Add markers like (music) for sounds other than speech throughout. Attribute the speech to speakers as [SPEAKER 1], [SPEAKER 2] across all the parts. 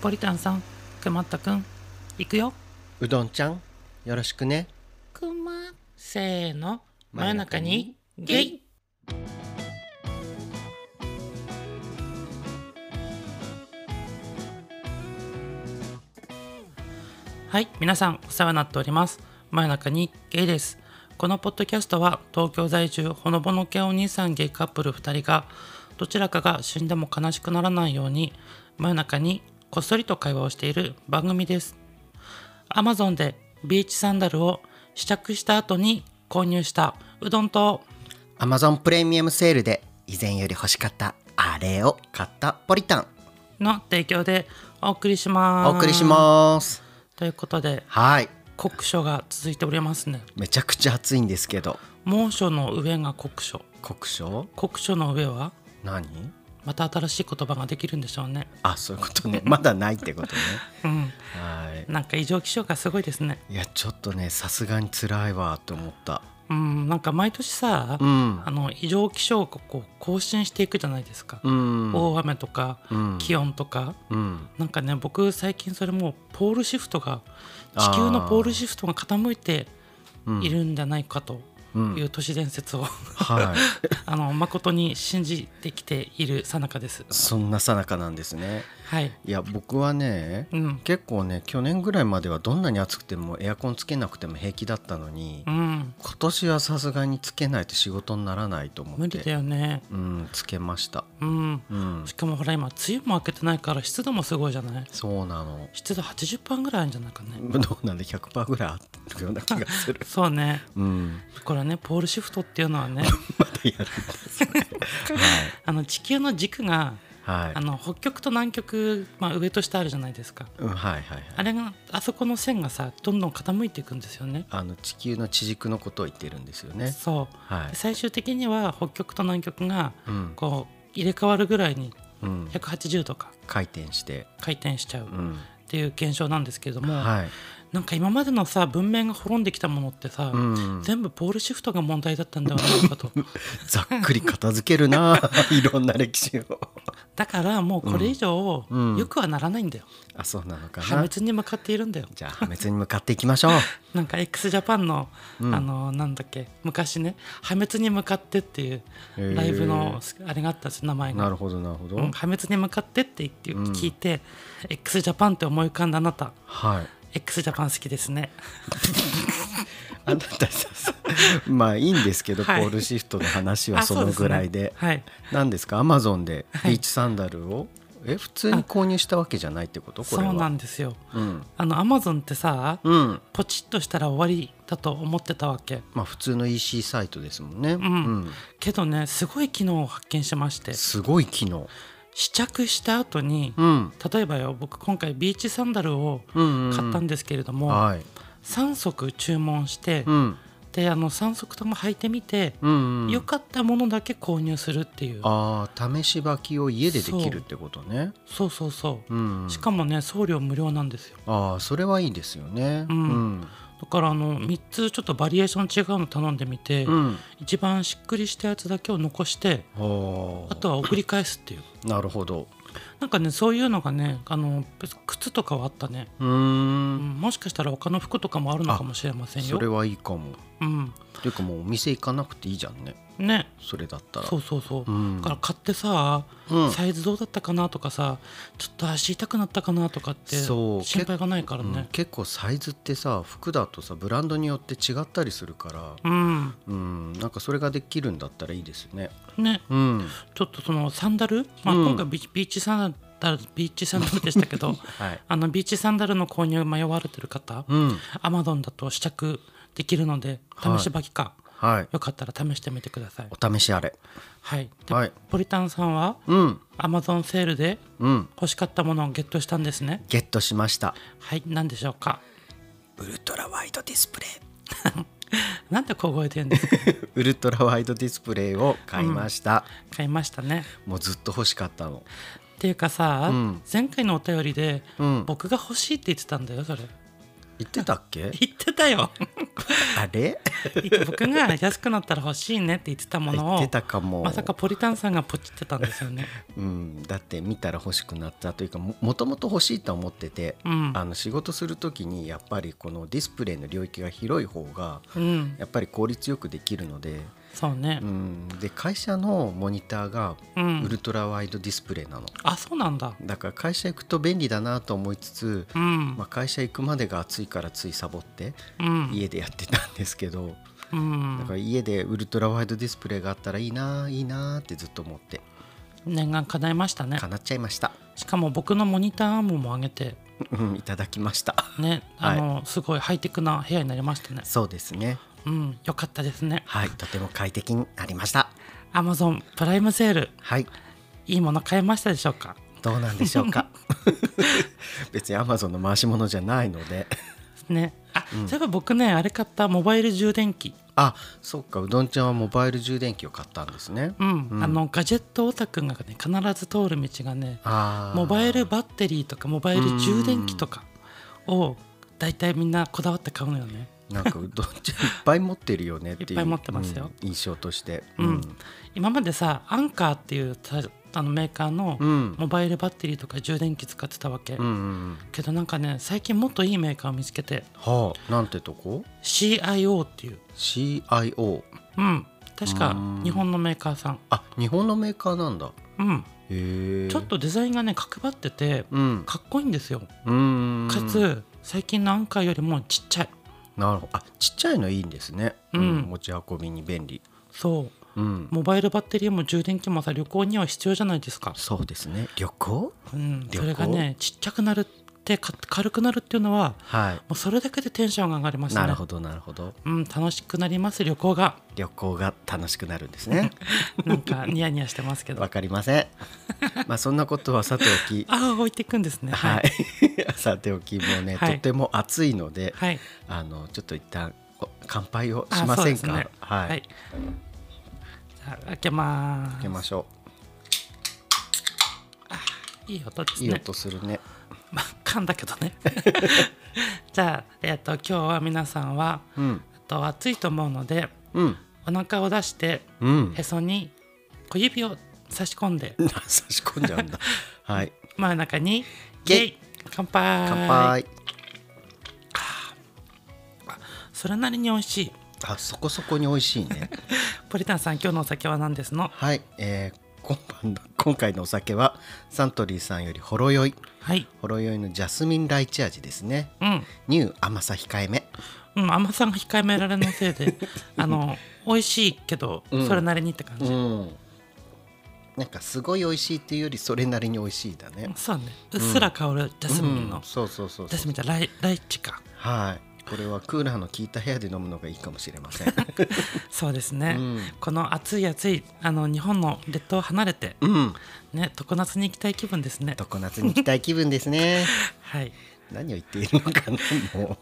[SPEAKER 1] ポリタンさんくまったくん行くよ
[SPEAKER 2] うどんちゃんよろしくね
[SPEAKER 1] くませーの真夜中にゲイはい皆さんお世話になっております真夜中にゲイですこのポッドキャストは東京在住ほのぼの系お兄さんゲイカップル2人がどちらかが死んでも悲しくならないように真夜中にこっそりと会話をしている番組です Amazon でビーチサンダルを試着した後に購入したうどんと
[SPEAKER 2] Amazon プレミアムセールで以前より欲しかったあれを買ったポリタン
[SPEAKER 1] の提供でお送りします
[SPEAKER 2] お送りします
[SPEAKER 1] すということで
[SPEAKER 2] はい
[SPEAKER 1] 酷暑が続いておりますね
[SPEAKER 2] めちゃくちゃ暑いんですけど
[SPEAKER 1] 猛暑の上が酷暑
[SPEAKER 2] 酷暑
[SPEAKER 1] 酷暑の上は
[SPEAKER 2] 何
[SPEAKER 1] また新しい言葉ができるんでしょうね
[SPEAKER 2] あそういうことね (laughs) まだないってことね
[SPEAKER 1] うん
[SPEAKER 2] は
[SPEAKER 1] なんか異常気象がすごいですね
[SPEAKER 2] いいやちょっとねさすがに辛いわと思った
[SPEAKER 1] うんなんか毎年さ、
[SPEAKER 2] うん
[SPEAKER 1] あの異常気象をこう更新していくじゃないですか、
[SPEAKER 2] うん
[SPEAKER 1] 大雨とか、
[SPEAKER 2] うん
[SPEAKER 1] 気温とか
[SPEAKER 2] うん
[SPEAKER 1] なんかね僕最近それもうポールシフトが地球のポールシフトが傾いているんじゃないかという都市伝説を、
[SPEAKER 2] (laughs) はい
[SPEAKER 1] (laughs) あの誠に信じてきている最中です。
[SPEAKER 2] そんなさなかなんですね
[SPEAKER 1] はい、
[SPEAKER 2] いや僕はね、
[SPEAKER 1] うん
[SPEAKER 2] 結構ね去年ぐらいまではどんなに暑くてもエアコンつけなくても平気だったのに、
[SPEAKER 1] うん、
[SPEAKER 2] 今年はさすがにつけないと仕事にならないと思って
[SPEAKER 1] 無理だよね、
[SPEAKER 2] うんつけました
[SPEAKER 1] うん、
[SPEAKER 2] うん
[SPEAKER 1] しかもほら今梅雨も明けてないから湿度もすごいじゃない
[SPEAKER 2] そうなの (laughs)
[SPEAKER 1] 湿度80%ぐらいあるんじゃないかね、
[SPEAKER 2] どうなんで100%ぐらいあったような気がする
[SPEAKER 1] そうね
[SPEAKER 2] うん (laughs)
[SPEAKER 1] これはねポールシフトっていうのは (laughs) ね
[SPEAKER 2] まだやるんですね
[SPEAKER 1] あの地球の軸が
[SPEAKER 2] はい
[SPEAKER 1] あ
[SPEAKER 2] はい
[SPEAKER 1] の北極と南極、まあ、上と下あるじゃないですか
[SPEAKER 2] うんはいはいはい
[SPEAKER 1] あれがあそこの線がさどんどん傾いていくんですよね。
[SPEAKER 2] あの地球の地軸のことを言ってるんですよね
[SPEAKER 1] そう、
[SPEAKER 2] はい
[SPEAKER 1] 最終的には北極と南極が
[SPEAKER 2] うん
[SPEAKER 1] こう入れ替わるぐらいに
[SPEAKER 2] うん
[SPEAKER 1] 180度か
[SPEAKER 2] 回転して
[SPEAKER 1] 回転しちゃう
[SPEAKER 2] う
[SPEAKER 1] っ
[SPEAKER 2] ん
[SPEAKER 1] ていう現象なんですけれども、
[SPEAKER 2] はい
[SPEAKER 1] なんか今までのさ文明が滅んできたものってさ、
[SPEAKER 2] うん
[SPEAKER 1] 全部ポールシフトが問題だったんではないか
[SPEAKER 2] (laughs)
[SPEAKER 1] と
[SPEAKER 2] ざっくり片付けるな (laughs) いろんな歴史を
[SPEAKER 1] だからもうこれ以上
[SPEAKER 2] うん
[SPEAKER 1] 良くはならないんだよ、
[SPEAKER 2] あそうなのか
[SPEAKER 1] 破
[SPEAKER 2] な
[SPEAKER 1] 滅に向かっているんだよ
[SPEAKER 2] じゃあ破滅に向かっていきましょう
[SPEAKER 1] なんか x ジャパンの、あのなんだっけ昔ね「破滅に向かって」っていう
[SPEAKER 2] へー
[SPEAKER 1] ライブのあれがあったんです名前が
[SPEAKER 2] なるほどなるほど、
[SPEAKER 1] うん破滅に向かってって言って聞いて、x ジャパンって思い浮かんだあなた
[SPEAKER 2] はい
[SPEAKER 1] x ジャパン好きですね
[SPEAKER 2] あなたささまあいいんですけど、
[SPEAKER 1] はい
[SPEAKER 2] ポールシフトの話
[SPEAKER 1] あ
[SPEAKER 2] はそのぐらい
[SPEAKER 1] そ
[SPEAKER 2] で
[SPEAKER 1] うすねはい
[SPEAKER 2] なんですかアマゾンで
[SPEAKER 1] はい
[SPEAKER 2] ビーチサンダルを、え普通に購入したわけじゃないってことこ
[SPEAKER 1] そ
[SPEAKER 2] れは
[SPEAKER 1] うなんですよ
[SPEAKER 2] うん、
[SPEAKER 1] あのアマゾンってさ、
[SPEAKER 2] うん、
[SPEAKER 1] ポチッとしたら終わりだと思ってたわけ
[SPEAKER 2] まあ普通の EC サイトですもんね、うん
[SPEAKER 1] けどねすごい機能を発見しまして
[SPEAKER 2] すごい機能
[SPEAKER 1] 試着した後に、
[SPEAKER 2] うん
[SPEAKER 1] 例えばよ僕今回ビーチサンダルを
[SPEAKER 2] うん
[SPEAKER 1] 買ったんですけれども、
[SPEAKER 2] はい
[SPEAKER 1] 3足注文して、
[SPEAKER 2] うん
[SPEAKER 1] であの3足とも履いてみて、
[SPEAKER 2] うん、うん、
[SPEAKER 1] 良かったものだけ購入するっていう
[SPEAKER 2] あー試し履きを家でできるってことね
[SPEAKER 1] そうそうそう、
[SPEAKER 2] うんうん
[SPEAKER 1] しかもね送料無料なんですよ
[SPEAKER 2] ああそれはいいですよね
[SPEAKER 1] うん
[SPEAKER 2] うん
[SPEAKER 1] だからあの3つちょっとバリエーション違うの頼んでみて、
[SPEAKER 2] うん
[SPEAKER 1] 一番しっくりしたやつだけを残して
[SPEAKER 2] は
[SPEAKER 1] あとは送り返すっていう
[SPEAKER 2] あなるほど
[SPEAKER 1] なんかねそういうのがねあの靴とかはあったね、
[SPEAKER 2] う
[SPEAKER 1] うん
[SPEAKER 2] ん
[SPEAKER 1] もしかしたら他の服とかもあるのかもしれません
[SPEAKER 2] そ
[SPEAKER 1] よ
[SPEAKER 2] れはいいかも
[SPEAKER 1] うん
[SPEAKER 2] ていうかもうお店行かなくていいじゃんね
[SPEAKER 1] ね
[SPEAKER 2] それだったら
[SPEAKER 1] そうそうそう、
[SPEAKER 2] うん
[SPEAKER 1] だから買ってさ、
[SPEAKER 2] うん
[SPEAKER 1] サイズどうだったかなとかさちょっと足痛くなったかなとかって
[SPEAKER 2] そう
[SPEAKER 1] 心配がないから
[SPEAKER 2] うん
[SPEAKER 1] ね
[SPEAKER 2] 結構サイズってさ服だとさブランドによって違ったりするから
[SPEAKER 1] うん、
[SPEAKER 2] うんなんかそれができるんだったらいいですね
[SPEAKER 1] ね
[SPEAKER 2] うん
[SPEAKER 1] ちょっとそのサンダル、まあ、今回ビ,、ビーチサンダルビーチサンダルでしたけど、
[SPEAKER 2] (laughs) はい
[SPEAKER 1] あのビーチサンダルの購入迷われてる方、
[SPEAKER 2] うん
[SPEAKER 1] アマゾンだと試着できるので
[SPEAKER 2] はい
[SPEAKER 1] 試し履きか、
[SPEAKER 2] はい
[SPEAKER 1] よかったら試してみてください。
[SPEAKER 2] お試しあれ
[SPEAKER 1] はい、で
[SPEAKER 2] はい
[SPEAKER 1] ポリタンさんは
[SPEAKER 2] うん
[SPEAKER 1] アマゾンセールで
[SPEAKER 2] うん
[SPEAKER 1] 欲しかったものをゲットしたんですね。
[SPEAKER 2] ゲットしました
[SPEAKER 1] はい、何でしょうか。
[SPEAKER 2] ウルトラワイドディスプ (laughs) レ
[SPEAKER 1] なんで小声で言うんです
[SPEAKER 2] (laughs)
[SPEAKER 1] か。
[SPEAKER 2] イウルトラワイドディスプレイを買いました、
[SPEAKER 1] 買いましたね。
[SPEAKER 2] もうずっと欲しかったの
[SPEAKER 1] っていうかさ、
[SPEAKER 2] うん
[SPEAKER 1] 前回のお便りで、
[SPEAKER 2] うん
[SPEAKER 1] 僕が欲しいって言ってたんだよそれ。
[SPEAKER 2] 言ってたっ
[SPEAKER 1] 言
[SPEAKER 2] け
[SPEAKER 1] ってたよ (laughs)
[SPEAKER 2] あれ
[SPEAKER 1] 僕が安くなったら欲しいねって言ってたもの
[SPEAKER 2] 言っ
[SPEAKER 1] を
[SPEAKER 2] てたかも、
[SPEAKER 1] まさかポリタンさんがポチってたんですよ
[SPEAKER 2] (laughs)
[SPEAKER 1] ね
[SPEAKER 2] うん、だって見たら欲しくなったというかももともと欲しいと思ってて、
[SPEAKER 1] うん
[SPEAKER 2] あの仕事する時にやっぱりこのディスプレイの領域が広い方が
[SPEAKER 1] うん
[SPEAKER 2] やっぱり効率よくできるので、
[SPEAKER 1] そうね
[SPEAKER 2] うん、で会社のモニターが
[SPEAKER 1] うん
[SPEAKER 2] ウルトラワイドディスプレイなの、
[SPEAKER 1] あそうなんだ
[SPEAKER 2] だから会社行くと便利だなと思いつつ、
[SPEAKER 1] うん
[SPEAKER 2] まあ、会社行くまでが暑いからついサボって
[SPEAKER 1] うん
[SPEAKER 2] 家でやってたんですけど、
[SPEAKER 1] うん
[SPEAKER 2] だから家でウルトラワイドディスプレイがあったらいいないいなってずっと思って
[SPEAKER 1] 念願叶えましたね
[SPEAKER 2] 叶っちゃいました、
[SPEAKER 1] しかも僕のモニターアームも上げて
[SPEAKER 2] うん、いただきました。
[SPEAKER 1] ねあの、すごいハイテクな部屋になりましたね
[SPEAKER 2] そうですね。
[SPEAKER 1] うんよかったですね
[SPEAKER 2] はい、とても快適になりました。
[SPEAKER 1] Amazon プライムセール
[SPEAKER 2] はい、
[SPEAKER 1] いいもの買えましたでしょうか
[SPEAKER 2] どうなんでしょうか。 (laughs) 別に Amazon の回し物じゃないので。
[SPEAKER 1] ねあ、そういえば僕ねあれ買ったモバイル充電器
[SPEAKER 2] (laughs) あ、そっか、うどんちゃんはモバイル充電器を買ったんですね。
[SPEAKER 1] うん、あのガジェットオタクがね必ず通る道がね
[SPEAKER 2] あー
[SPEAKER 1] モバイルバッテリーとかモバイル充電器とかを大体みんなこだわって買うのよね
[SPEAKER 2] なんかうどんちゃんいっぱい持ってるよねって (laughs) いう。
[SPEAKER 1] いっぱい持ってますよ
[SPEAKER 2] うん印象として。
[SPEAKER 1] うん、今までさアンカーっていうたあのメーカーの
[SPEAKER 2] うん
[SPEAKER 1] モバイルバッテリーとか充電器使ってたわけ、
[SPEAKER 2] うんうんうん。
[SPEAKER 1] けどなんかね最近もっといいメーカーを見つけて
[SPEAKER 2] はあ、なんてとこ
[SPEAKER 1] CIO っていう
[SPEAKER 2] ？CIO。
[SPEAKER 1] うん確か
[SPEAKER 2] うん
[SPEAKER 1] 日本のメーカーさん
[SPEAKER 2] あ、日本のメーカーなんだ。
[SPEAKER 1] うん
[SPEAKER 2] へえ。
[SPEAKER 1] ちょっ。とデザインがね角張ってて
[SPEAKER 2] うん。
[SPEAKER 1] かっこいいんですよ
[SPEAKER 2] うん。
[SPEAKER 1] かつ、。最近のアンカーよりもちっちゃい
[SPEAKER 2] なるほど。あ、ちっちゃいのいいんですね。
[SPEAKER 1] うん
[SPEAKER 2] 持ち運びに便利。
[SPEAKER 1] そう
[SPEAKER 2] うん。
[SPEAKER 1] モバイルバッテリーも充電器もさ旅行には必要じゃないですか、
[SPEAKER 2] そうですね。旅行？
[SPEAKER 1] うん、
[SPEAKER 2] 旅行
[SPEAKER 1] それがねちっちゃくなるってか軽くなるっていうのは
[SPEAKER 2] は
[SPEAKER 1] もうそれだけでテンションが上がりま
[SPEAKER 2] い。
[SPEAKER 1] すね
[SPEAKER 2] なるほどなるほど。
[SPEAKER 1] うん、楽しくなります旅行
[SPEAKER 2] (laughs)
[SPEAKER 1] が
[SPEAKER 2] 旅行が楽しくなるんです
[SPEAKER 1] (laughs)
[SPEAKER 2] ね。
[SPEAKER 1] なんかニヤニヤしてますけど
[SPEAKER 2] わ
[SPEAKER 1] あ
[SPEAKER 2] かりません。まあそんなことはさておき、
[SPEAKER 1] あー置いていくんですね
[SPEAKER 2] は
[SPEAKER 1] (laughs) はい
[SPEAKER 2] い。 (laughs) さておきもうね、
[SPEAKER 1] はい
[SPEAKER 2] とても暑いので、
[SPEAKER 1] はい、
[SPEAKER 2] あのちょっと一旦お乾杯をしませんか。
[SPEAKER 1] あそうですね
[SPEAKER 2] はい。
[SPEAKER 1] はい、じゃあ開けまーす
[SPEAKER 2] 開けましょ
[SPEAKER 1] いい音です
[SPEAKER 2] う。
[SPEAKER 1] ね
[SPEAKER 2] いい音するね。
[SPEAKER 1] まあ噛んだけどね (laughs) じゃあ、えっと今日は皆さんは、
[SPEAKER 2] うん
[SPEAKER 1] えっと暑いと思うので
[SPEAKER 2] うん
[SPEAKER 1] お腹を出して
[SPEAKER 2] うん。
[SPEAKER 1] (laughs)
[SPEAKER 2] (laughs)
[SPEAKER 1] へそに小指を差し込んで
[SPEAKER 2] 差し込んじゃうんだ。はい。
[SPEAKER 1] 真ん中に
[SPEAKER 2] イェイ
[SPEAKER 1] イェイ乾杯
[SPEAKER 2] 乾杯。
[SPEAKER 1] それなりに美味しい
[SPEAKER 2] あそこそこに美味しいね。
[SPEAKER 1] ポリタンさん今日のお酒は何ですの
[SPEAKER 2] はい。えー今晩の (laughs) 今回のお酒はサントリーさんよりほろ酔い。
[SPEAKER 1] はい
[SPEAKER 2] ほろ酔いのジャスミンライチ味ですね。
[SPEAKER 1] うん、
[SPEAKER 2] ニュー甘さ控えめ。
[SPEAKER 1] うん、甘さが控えめられのせい
[SPEAKER 2] (laughs)
[SPEAKER 1] であの美味しいけど、それなりにって感じ、
[SPEAKER 2] ん。なんかすごい美味しいっていうよりそれなりに美味しいだね。
[SPEAKER 1] そうねうっすら香るジャスミンの、
[SPEAKER 2] うんそうそうそう
[SPEAKER 1] ジャ
[SPEAKER 2] そう。
[SPEAKER 1] スミンじゃライライチか
[SPEAKER 2] はい。これはクーラーの効いた部屋で飲むのがいいかもしれ
[SPEAKER 1] (laughs)
[SPEAKER 2] ません。
[SPEAKER 1] そうですね、
[SPEAKER 2] うん
[SPEAKER 1] この暑い暑いあの日本の列島を離れて、
[SPEAKER 2] うん。
[SPEAKER 1] ね常夏に行きたい気分ですね
[SPEAKER 2] 常夏に行きたい気分ですね。
[SPEAKER 1] (laughs) はい
[SPEAKER 2] 何を言っているのかなも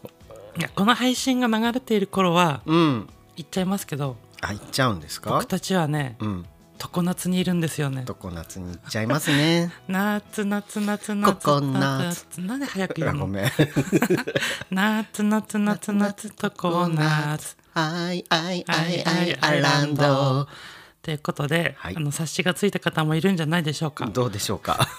[SPEAKER 1] いやこの配信が流れている頃は
[SPEAKER 2] う。うん。
[SPEAKER 1] 行っちゃいますけど
[SPEAKER 2] あ行っちゃうんですか
[SPEAKER 1] 僕。たちはね
[SPEAKER 2] うん。
[SPEAKER 1] 常夏にいるんですよね
[SPEAKER 2] 常夏に行っちゃいま
[SPEAKER 1] (laughs)
[SPEAKER 2] すね。
[SPEAKER 1] 夏夏夏夏
[SPEAKER 2] ココナッツ
[SPEAKER 1] 夏なんで早く言
[SPEAKER 2] あ
[SPEAKER 1] う
[SPEAKER 2] ご
[SPEAKER 1] の
[SPEAKER 2] めん。
[SPEAKER 1] 夏夏夏夏常夏
[SPEAKER 2] はいはい
[SPEAKER 1] ア
[SPEAKER 2] はい
[SPEAKER 1] イ
[SPEAKER 2] は
[SPEAKER 1] ア
[SPEAKER 2] い
[SPEAKER 1] イ
[SPEAKER 2] ア
[SPEAKER 1] アイ
[SPEAKER 2] ラ
[SPEAKER 1] ラ
[SPEAKER 2] ン
[SPEAKER 1] ン
[SPEAKER 2] ド
[SPEAKER 1] ド。ということで、
[SPEAKER 2] はい
[SPEAKER 1] あの察しがついた方もいるんじゃないでしょうか、
[SPEAKER 2] どうでしょ
[SPEAKER 1] (laughs)
[SPEAKER 2] うか。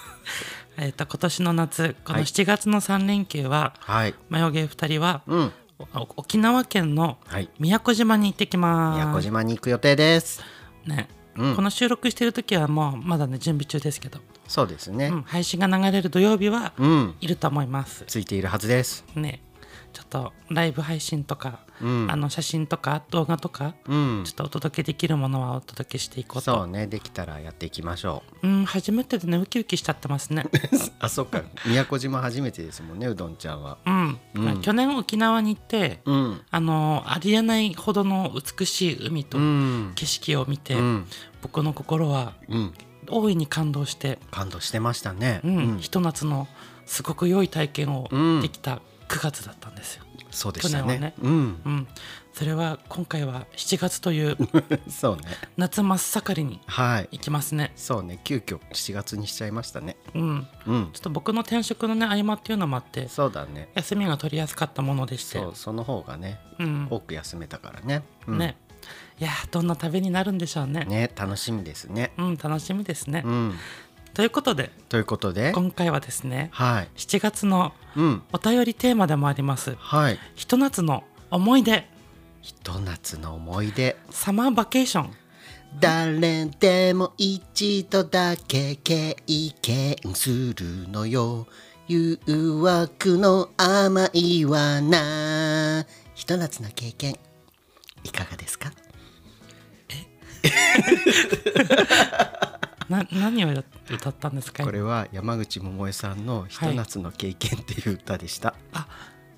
[SPEAKER 1] えー、と今年の夏この
[SPEAKER 2] はい
[SPEAKER 1] 7月の3連休は、
[SPEAKER 2] はい。
[SPEAKER 1] マヨゲー2人は、
[SPEAKER 2] うん。
[SPEAKER 1] おお沖縄県の
[SPEAKER 2] はい。
[SPEAKER 1] 宮古島に行ってきます
[SPEAKER 2] 宮古島に行く予定です。
[SPEAKER 1] ね
[SPEAKER 2] うん
[SPEAKER 1] この収録してる時はもうまだね準備中ですけど、
[SPEAKER 2] そうですね
[SPEAKER 1] う。ん、配信が流れる土曜日は
[SPEAKER 2] うん。
[SPEAKER 1] いると思います、
[SPEAKER 2] ついているはずです。
[SPEAKER 1] ねちょっとライブ配信とか、
[SPEAKER 2] うん
[SPEAKER 1] あの写真とか動画とか、
[SPEAKER 2] うん
[SPEAKER 1] ちょ。っとお届けできるものはお届けしていこう
[SPEAKER 2] そ
[SPEAKER 1] と
[SPEAKER 2] うね、できたらやっていきましょ
[SPEAKER 1] う、ん、初めてでねウキウキしちゃってます
[SPEAKER 2] (laughs)
[SPEAKER 1] ね (laughs)
[SPEAKER 2] う。あ、そっか。宮古島初めてですもんね、うどんちゃんは。
[SPEAKER 1] うん、去年沖縄に行って、
[SPEAKER 2] うん。
[SPEAKER 1] あのありえないほどの美しい海と
[SPEAKER 2] うん。
[SPEAKER 1] 景色を見て、
[SPEAKER 2] うん。
[SPEAKER 1] 僕の心は
[SPEAKER 2] うん。
[SPEAKER 1] 大いに感動して、
[SPEAKER 2] 感動してましたね。
[SPEAKER 1] うんひと夏のすごく良い体験を
[SPEAKER 2] うん
[SPEAKER 1] できた9月だったんですよ。
[SPEAKER 2] そうでした
[SPEAKER 1] 去
[SPEAKER 2] ね
[SPEAKER 1] 年はね
[SPEAKER 2] うん (laughs)
[SPEAKER 1] うん、それは今回は7月という
[SPEAKER 2] そうね
[SPEAKER 1] 夏真っ盛りに
[SPEAKER 2] はい
[SPEAKER 1] 行きますね。
[SPEAKER 2] そうね急遽7月にしちゃいましたね
[SPEAKER 1] うん、
[SPEAKER 2] うん
[SPEAKER 1] ちょっと僕の転職のね合間っていうのもあって
[SPEAKER 2] そうだね
[SPEAKER 1] 休みが取りやすかったものでして
[SPEAKER 2] そうその方がね、
[SPEAKER 1] うん
[SPEAKER 2] 多く休めたからね,、うん、
[SPEAKER 1] ねいやーどんな旅になるんでしょうね
[SPEAKER 2] ね楽しみですね
[SPEAKER 1] うん楽しみですね、
[SPEAKER 2] うん
[SPEAKER 1] ということで
[SPEAKER 2] ということで
[SPEAKER 1] 今回はですね
[SPEAKER 2] はい
[SPEAKER 1] 7月の
[SPEAKER 2] うん
[SPEAKER 1] お便りテーマでもあります
[SPEAKER 2] はい
[SPEAKER 1] 「ひと夏の思い出
[SPEAKER 2] ひと夏の思い出
[SPEAKER 1] サマーバケーション
[SPEAKER 2] 誰でも一度だけ経験するのよ誘惑の甘いはなひと夏の経験いかがですか」
[SPEAKER 1] な何を歌ったんですか
[SPEAKER 2] これは山口百恵さんの「ひと夏の経験」っていう歌でした、
[SPEAKER 1] あ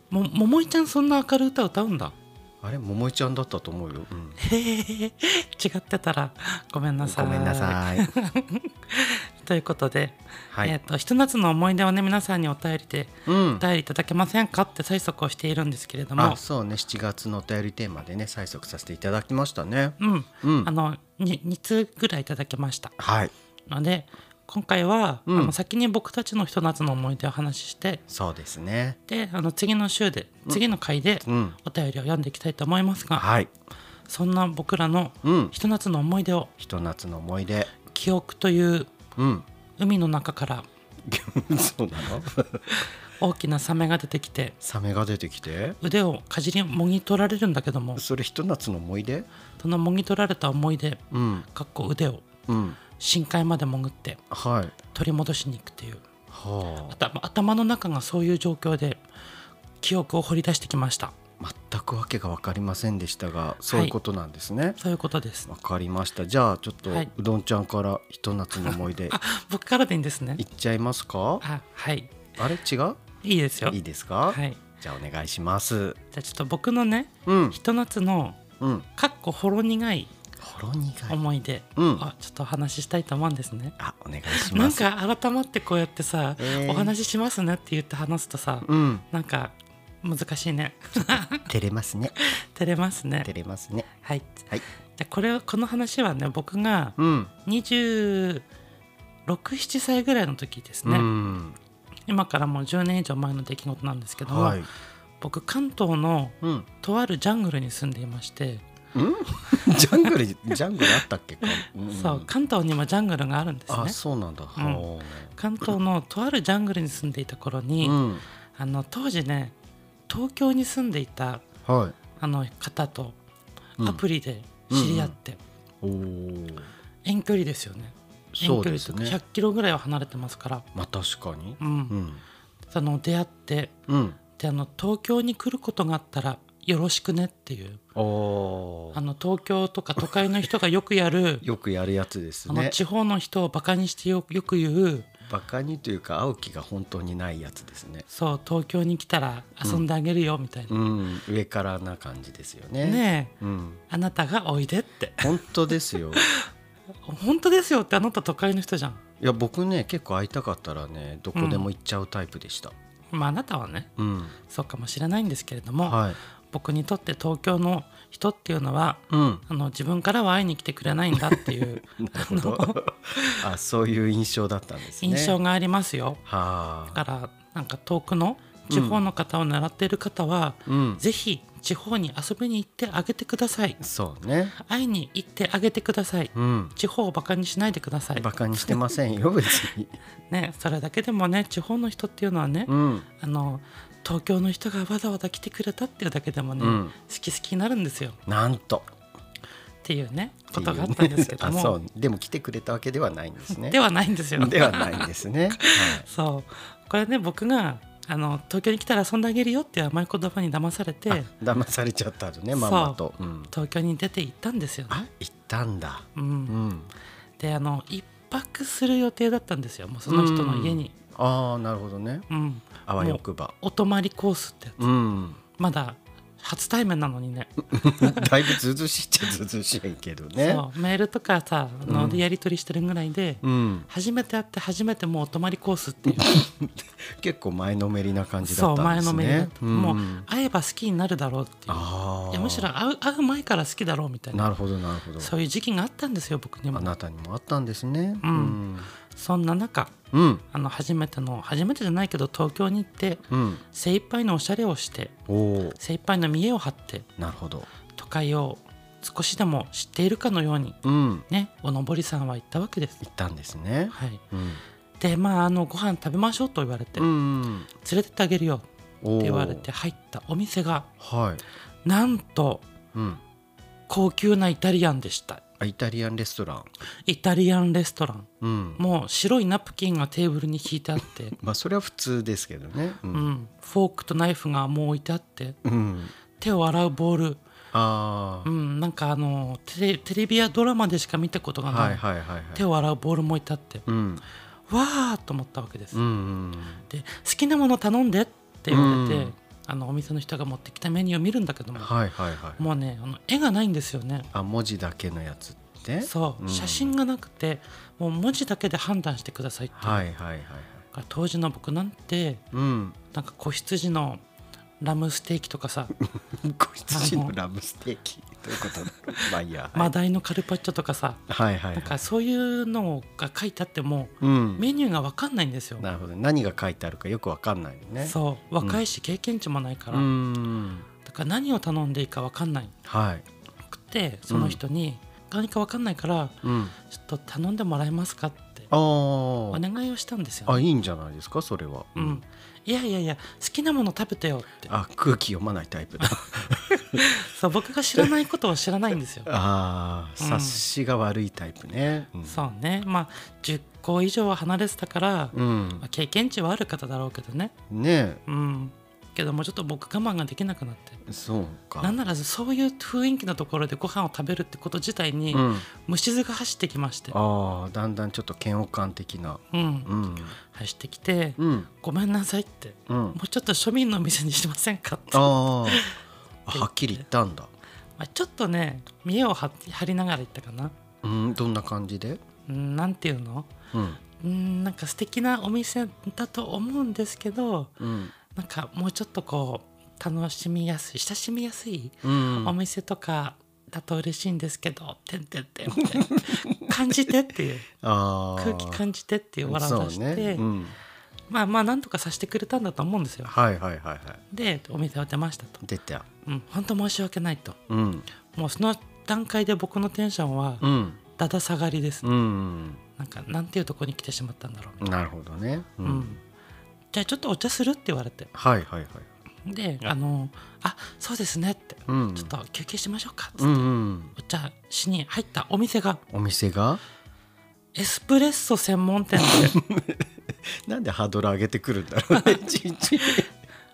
[SPEAKER 1] も桃井ちゃんそんな明るい歌歌うんだ (laughs)
[SPEAKER 2] あれ百恵ちゃんだったと思うよ、うん
[SPEAKER 1] へへへへ違ってたらごめんなさい。
[SPEAKER 2] ごめんなさい
[SPEAKER 1] ということで、
[SPEAKER 2] はい
[SPEAKER 1] えっ、とひと夏の思い出をね皆さんにお便りで、
[SPEAKER 2] うん
[SPEAKER 1] お便りいただけませんかって催促をしているんですけれども
[SPEAKER 2] あ、そうね7月のお便りテーマでね催促させていただきましたね
[SPEAKER 1] うん、
[SPEAKER 2] うん
[SPEAKER 1] あのに2通ぐらいいただきました
[SPEAKER 2] はい
[SPEAKER 1] ので今回は、
[SPEAKER 2] うん
[SPEAKER 1] あの先に僕たちのひと夏の思い出を話しして
[SPEAKER 2] そうですね
[SPEAKER 1] であの次の週で次の回で
[SPEAKER 2] うん
[SPEAKER 1] お便りを読んでいきたいと思いますが、
[SPEAKER 2] はい
[SPEAKER 1] そんな僕らの
[SPEAKER 2] うん
[SPEAKER 1] ひと夏の思い出を
[SPEAKER 2] ひと夏の思い出
[SPEAKER 1] 記憶という
[SPEAKER 2] うん
[SPEAKER 1] 海の中から
[SPEAKER 2] (laughs) そうなの
[SPEAKER 1] 大きなサメが出てきて
[SPEAKER 2] サメが出てきて
[SPEAKER 1] 腕をかじりもぎ取られるんだけども
[SPEAKER 2] それひと夏の思い出
[SPEAKER 1] そのもぎ取られた思い出
[SPEAKER 2] うん
[SPEAKER 1] かっこ腕を
[SPEAKER 2] うん
[SPEAKER 1] 深海まで潜って
[SPEAKER 2] はい
[SPEAKER 1] 取り戻しに行くという
[SPEAKER 2] は
[SPEAKER 1] 頭頭の中がそういう状況で記憶を掘り出してきました
[SPEAKER 2] あ全くわけが分かりませんでしたがそういうことなんですね、
[SPEAKER 1] そういうことです
[SPEAKER 2] わかりましたじゃあちょっと、
[SPEAKER 1] はいう
[SPEAKER 2] どんちゃんからひと夏の思い (laughs) 出
[SPEAKER 1] あ僕からでいいんですね
[SPEAKER 2] いっちゃいますか
[SPEAKER 1] あはい
[SPEAKER 2] あれ違う
[SPEAKER 1] いいですよ
[SPEAKER 2] いいですか、
[SPEAKER 1] はい
[SPEAKER 2] じゃあお願いします
[SPEAKER 1] じゃあちょっと僕のね
[SPEAKER 2] うん
[SPEAKER 1] ひと夏の
[SPEAKER 2] うん
[SPEAKER 1] かっこほろ苦い
[SPEAKER 2] ほろ苦い
[SPEAKER 1] 思い出
[SPEAKER 2] うん
[SPEAKER 1] をちょっとお話ししたいと思うんですね、
[SPEAKER 2] あお願いし
[SPEAKER 1] な
[SPEAKER 2] ま
[SPEAKER 1] ん
[SPEAKER 2] す
[SPEAKER 1] か改まってこうやってさ、
[SPEAKER 2] えー
[SPEAKER 1] お話ししますねって言って話すとさ、
[SPEAKER 2] うん
[SPEAKER 1] なんか難しいね (laughs)
[SPEAKER 2] 照れますね
[SPEAKER 1] 照れますね
[SPEAKER 2] 照れますね
[SPEAKER 1] はい
[SPEAKER 2] はい
[SPEAKER 1] でこれこの話はね僕が
[SPEAKER 2] うん
[SPEAKER 1] 267歳ぐらいの時です
[SPEAKER 2] う
[SPEAKER 1] ね、
[SPEAKER 2] ん
[SPEAKER 1] 今からもう10年以上前の出来事なんですけども、
[SPEAKER 2] はい
[SPEAKER 1] 僕関東の
[SPEAKER 2] うん
[SPEAKER 1] とあるジャングルに住んでいまして、
[SPEAKER 2] ジャングルジャングルあったっけか、ん
[SPEAKER 1] そう関東にもジャングルがあるんです
[SPEAKER 2] あ
[SPEAKER 1] ね
[SPEAKER 2] そうなんだ、
[SPEAKER 1] うん
[SPEAKER 2] は
[SPEAKER 1] 関東のとあるジャングルに住んでいた頃
[SPEAKER 2] あ
[SPEAKER 1] に、
[SPEAKER 2] うん
[SPEAKER 1] あの当時ね東京に住んでいた
[SPEAKER 2] はい
[SPEAKER 1] あの方と
[SPEAKER 2] うん
[SPEAKER 1] アプリで知り合って、
[SPEAKER 2] おー
[SPEAKER 1] 遠距離ですよね遠
[SPEAKER 2] そう
[SPEAKER 1] 距離
[SPEAKER 2] で
[SPEAKER 1] と
[SPEAKER 2] す
[SPEAKER 1] か
[SPEAKER 2] ね
[SPEAKER 1] 100キロぐらいは離れてますから、
[SPEAKER 2] まあ確かに
[SPEAKER 1] うん
[SPEAKER 2] うん
[SPEAKER 1] その出会って
[SPEAKER 2] うん
[SPEAKER 1] であの東京に来ることがあったらよろしくねっていう
[SPEAKER 2] お
[SPEAKER 1] あ
[SPEAKER 2] ー
[SPEAKER 1] の東京とか都会の人がよくやる
[SPEAKER 2] (laughs) よくやるやつです
[SPEAKER 1] あの
[SPEAKER 2] ね
[SPEAKER 1] 地方の人をバカにしてよよく言う
[SPEAKER 2] バカにというか青木が本当にないやつですね
[SPEAKER 1] そう東京に来たら遊んであげるよみたいな、
[SPEAKER 2] うん上からな感じですよね
[SPEAKER 1] ねえ
[SPEAKER 2] うん
[SPEAKER 1] あなたがおいでって
[SPEAKER 2] 本当ですよ
[SPEAKER 1] 本当ですよってあなた都会の人じゃん
[SPEAKER 2] いや僕ね結構会いたかったらねどこでも行っちゃうタイプでした
[SPEAKER 1] まああなたはね
[SPEAKER 2] うん、
[SPEAKER 1] そうかもしれないんですけれども、
[SPEAKER 2] はい
[SPEAKER 1] 僕にとって東京の人っていうのは
[SPEAKER 2] うん
[SPEAKER 1] あの自分からは会いに来てくれないんだっていう
[SPEAKER 2] (laughs) なるほど (laughs) あそういう印象だったんですね
[SPEAKER 1] 印象がありますよ、
[SPEAKER 2] は
[SPEAKER 1] だ
[SPEAKER 2] あ
[SPEAKER 1] からなんか遠くの地方の方を狙っている方は、
[SPEAKER 2] うん
[SPEAKER 1] ぜひ地方に遊びに行ってあげてください
[SPEAKER 2] そうね
[SPEAKER 1] 会いに行ってあげてください、
[SPEAKER 2] うん
[SPEAKER 1] 地方をバカにしないでください
[SPEAKER 2] バカにしてません
[SPEAKER 1] (laughs)
[SPEAKER 2] よ別に
[SPEAKER 1] ねそれだけでもね地方の人っていうのはね、
[SPEAKER 2] うん
[SPEAKER 1] あの東京の人がわざわざ来てくれたっていうだけでもね、
[SPEAKER 2] うん
[SPEAKER 1] 好き好きになるんですよ
[SPEAKER 2] なんと
[SPEAKER 1] っていうねことがあったんですけど
[SPEAKER 2] あそ
[SPEAKER 1] も、
[SPEAKER 2] うでも来てくれたわけではないんですね
[SPEAKER 1] ではないんですよ
[SPEAKER 2] (laughs) ではないんで
[SPEAKER 1] (laughs)
[SPEAKER 2] すね、
[SPEAKER 1] そうこれね僕があの東京に来たら遊んであげるよっていう甘い言葉に騙されて
[SPEAKER 2] はい、騙されちゃったのねママと、うん、
[SPEAKER 1] 東京に出て行ったんですよね。
[SPEAKER 2] あ行ったんだ
[SPEAKER 1] う、
[SPEAKER 2] うんん
[SPEAKER 1] であの一泊する予定だったんですよもうその人の家に。
[SPEAKER 2] ああなるほどね
[SPEAKER 1] うん
[SPEAKER 2] あわよくば
[SPEAKER 1] お泊まりコースってやつ
[SPEAKER 2] うん (laughs)
[SPEAKER 1] まだ初対面なのにね
[SPEAKER 2] だいぶずうずうしいっちゃずうずうしいけどね
[SPEAKER 1] そうメールとかさあのでやり取りしてるぐらいで、
[SPEAKER 2] うん
[SPEAKER 1] 初めて会って初めてもうお泊まりコースっていう
[SPEAKER 2] 結構前のめりな感じだ
[SPEAKER 1] そ
[SPEAKER 2] っ
[SPEAKER 1] う
[SPEAKER 2] たん
[SPEAKER 1] 前
[SPEAKER 2] で
[SPEAKER 1] の
[SPEAKER 2] す
[SPEAKER 1] めりだっ
[SPEAKER 2] ね
[SPEAKER 1] た、
[SPEAKER 2] ん
[SPEAKER 1] もう会えば好きになるだろうっていう
[SPEAKER 2] あ
[SPEAKER 1] いや
[SPEAKER 2] あ
[SPEAKER 1] むしろ会う会う前から好きだろうみたいな
[SPEAKER 2] なるほどなるほど
[SPEAKER 1] そういう時期があったんですよ僕に
[SPEAKER 2] あ
[SPEAKER 1] も
[SPEAKER 2] なたにもあったんですねうんん
[SPEAKER 1] そんな中
[SPEAKER 2] うん
[SPEAKER 1] あの初めての初めてじゃないけど東京に行って
[SPEAKER 2] うん
[SPEAKER 1] 精一杯のおしゃれをして
[SPEAKER 2] おお
[SPEAKER 1] 精一杯の見栄を張って
[SPEAKER 2] なるほど
[SPEAKER 1] 都会を少しでも知っているかのように
[SPEAKER 2] うん
[SPEAKER 1] ねおのぼりさんは行ったわけです
[SPEAKER 2] 行ったんですね
[SPEAKER 1] はい
[SPEAKER 2] うん
[SPEAKER 1] でまああのご飯食べましょうと言われて、
[SPEAKER 2] うん
[SPEAKER 1] 連れてってあげるよ
[SPEAKER 2] お
[SPEAKER 1] っ
[SPEAKER 2] お
[SPEAKER 1] て言われて入ったお店が
[SPEAKER 2] はい
[SPEAKER 1] なんと
[SPEAKER 2] うん
[SPEAKER 1] 高級なイタリアンでした
[SPEAKER 2] あイタリアンレストラン
[SPEAKER 1] イタリアンレストラン
[SPEAKER 2] うん
[SPEAKER 1] もう白いナプキンがテーブルに敷いてあって、
[SPEAKER 2] まあそれは普通ですけどね (laughs)
[SPEAKER 1] う
[SPEAKER 2] う
[SPEAKER 1] んん、フォークとナイフがもう置いてあって
[SPEAKER 2] うん
[SPEAKER 1] 手を洗うボール、
[SPEAKER 2] あ
[SPEAKER 1] うん、なんかあのテレテレビやドラマでしか見たこと
[SPEAKER 2] あ
[SPEAKER 1] がない、
[SPEAKER 2] はいはいはいはい
[SPEAKER 1] 手を洗うボールも置いてあって
[SPEAKER 2] うん
[SPEAKER 1] わーっと思ったわけです、
[SPEAKER 2] うんうん
[SPEAKER 1] で好きなもの頼んでって言われて、
[SPEAKER 2] うん
[SPEAKER 1] あのお店の人が持ってきたメニューを見るんだけども、
[SPEAKER 2] はいはいはい
[SPEAKER 1] もうねあの絵がないんですよね
[SPEAKER 2] あ文字だけのやつって
[SPEAKER 1] そう、
[SPEAKER 2] うん
[SPEAKER 1] 写真がなくてもう文字だけで判断してくださいって、
[SPEAKER 2] はいはいはいはい
[SPEAKER 1] 当時の僕なんて
[SPEAKER 2] (laughs) うん
[SPEAKER 1] なんか子羊のラムステーキとか
[SPEAKER 2] (laughs)
[SPEAKER 1] さ、
[SPEAKER 2] 子羊のラブステーキということだろ (laughs) うまあいいや、
[SPEAKER 1] マダイのカルパッチョとかさ
[SPEAKER 2] はいはい
[SPEAKER 1] なん
[SPEAKER 2] は
[SPEAKER 1] か
[SPEAKER 2] い
[SPEAKER 1] そういうのが書いてあっても
[SPEAKER 2] うん
[SPEAKER 1] メニューが分かんないんですよ、
[SPEAKER 2] なるほど何が書いてあるかよくわかんないよね
[SPEAKER 1] そう若いし経験値もないから、
[SPEAKER 2] ん
[SPEAKER 1] だから何を頼んでいいか分かんない
[SPEAKER 2] はい
[SPEAKER 1] くてその人に何か分かんないから
[SPEAKER 2] うん
[SPEAKER 1] ちょっと頼んでもらえますかって
[SPEAKER 2] あ
[SPEAKER 1] お
[SPEAKER 2] ー
[SPEAKER 1] 願いをしたんですよ、
[SPEAKER 2] あいいんじゃないですかそれは
[SPEAKER 1] うん、いやいやいや好きなもの食べてよって
[SPEAKER 2] あ空気読まないタイプ (laughs) だ
[SPEAKER 1] そう僕が知らないことを知らないんですよ
[SPEAKER 2] あー
[SPEAKER 1] うん
[SPEAKER 2] 察しが悪いタイプねうん
[SPEAKER 1] そうねまあ10個以上は離れてたから、
[SPEAKER 2] うん
[SPEAKER 1] まあ経験値はある方だろうけどね
[SPEAKER 2] ね
[SPEAKER 1] うんけどもうちょっと僕我慢ができなくなって
[SPEAKER 2] えそうか
[SPEAKER 1] なんならそういう雰囲気のところでご飯を食べるってこと自体に
[SPEAKER 2] うん
[SPEAKER 1] 虫唾が走ってきまして、
[SPEAKER 2] あーだんだんちょっと嫌悪感的な
[SPEAKER 1] うん
[SPEAKER 2] うん
[SPEAKER 1] 走ってきて、
[SPEAKER 2] うん
[SPEAKER 1] ごめんなさいって
[SPEAKER 2] うん
[SPEAKER 1] もうちょっと庶民の店にしませんかって (laughs)
[SPEAKER 2] あーあはっきり言ったんだ
[SPEAKER 1] まあ、ちょっとね見栄を張って張りながら言ったかな
[SPEAKER 2] うんどんな感じで
[SPEAKER 1] うんなんていうの
[SPEAKER 2] うん
[SPEAKER 1] うんなんか素敵なお店だと思うんですけど
[SPEAKER 2] うん
[SPEAKER 1] なんかもうちょっとこう楽しみやすい親しみやすい
[SPEAKER 2] うん
[SPEAKER 1] お店とかだと嬉しいんですけど「てんてんて (laughs) ん」みたいな感じてっていう
[SPEAKER 2] あー
[SPEAKER 1] 空気感じてっていう笑を出して、
[SPEAKER 2] そうねうん、
[SPEAKER 1] まあまあなんとかさせてくれたんだと思うんですよ。
[SPEAKER 2] はいはいはいはい
[SPEAKER 1] でお店を出ましたと。
[SPEAKER 2] 出た
[SPEAKER 1] うん本当申し訳ないと。
[SPEAKER 2] うん
[SPEAKER 1] もうその段階で僕のテンションは
[SPEAKER 2] うん
[SPEAKER 1] だだ下がりです、
[SPEAKER 2] うん
[SPEAKER 1] なんかなんていうとこに来てしまったんだろうみたい
[SPEAKER 2] なるほどね、うん
[SPEAKER 1] な、うんじゃあちょっとお茶するって言われて
[SPEAKER 2] はいはいはい
[SPEAKER 1] であのあそうですねって、
[SPEAKER 2] うん
[SPEAKER 1] ちょっと休憩しましょうかっつって、
[SPEAKER 2] うんうん
[SPEAKER 1] お茶しに入ったお店が
[SPEAKER 2] お店が
[SPEAKER 1] エスプレッソ専門店で
[SPEAKER 2] (laughs) なんでハードル上げてくるんだろう
[SPEAKER 1] (laughs)
[SPEAKER 2] ねいちいち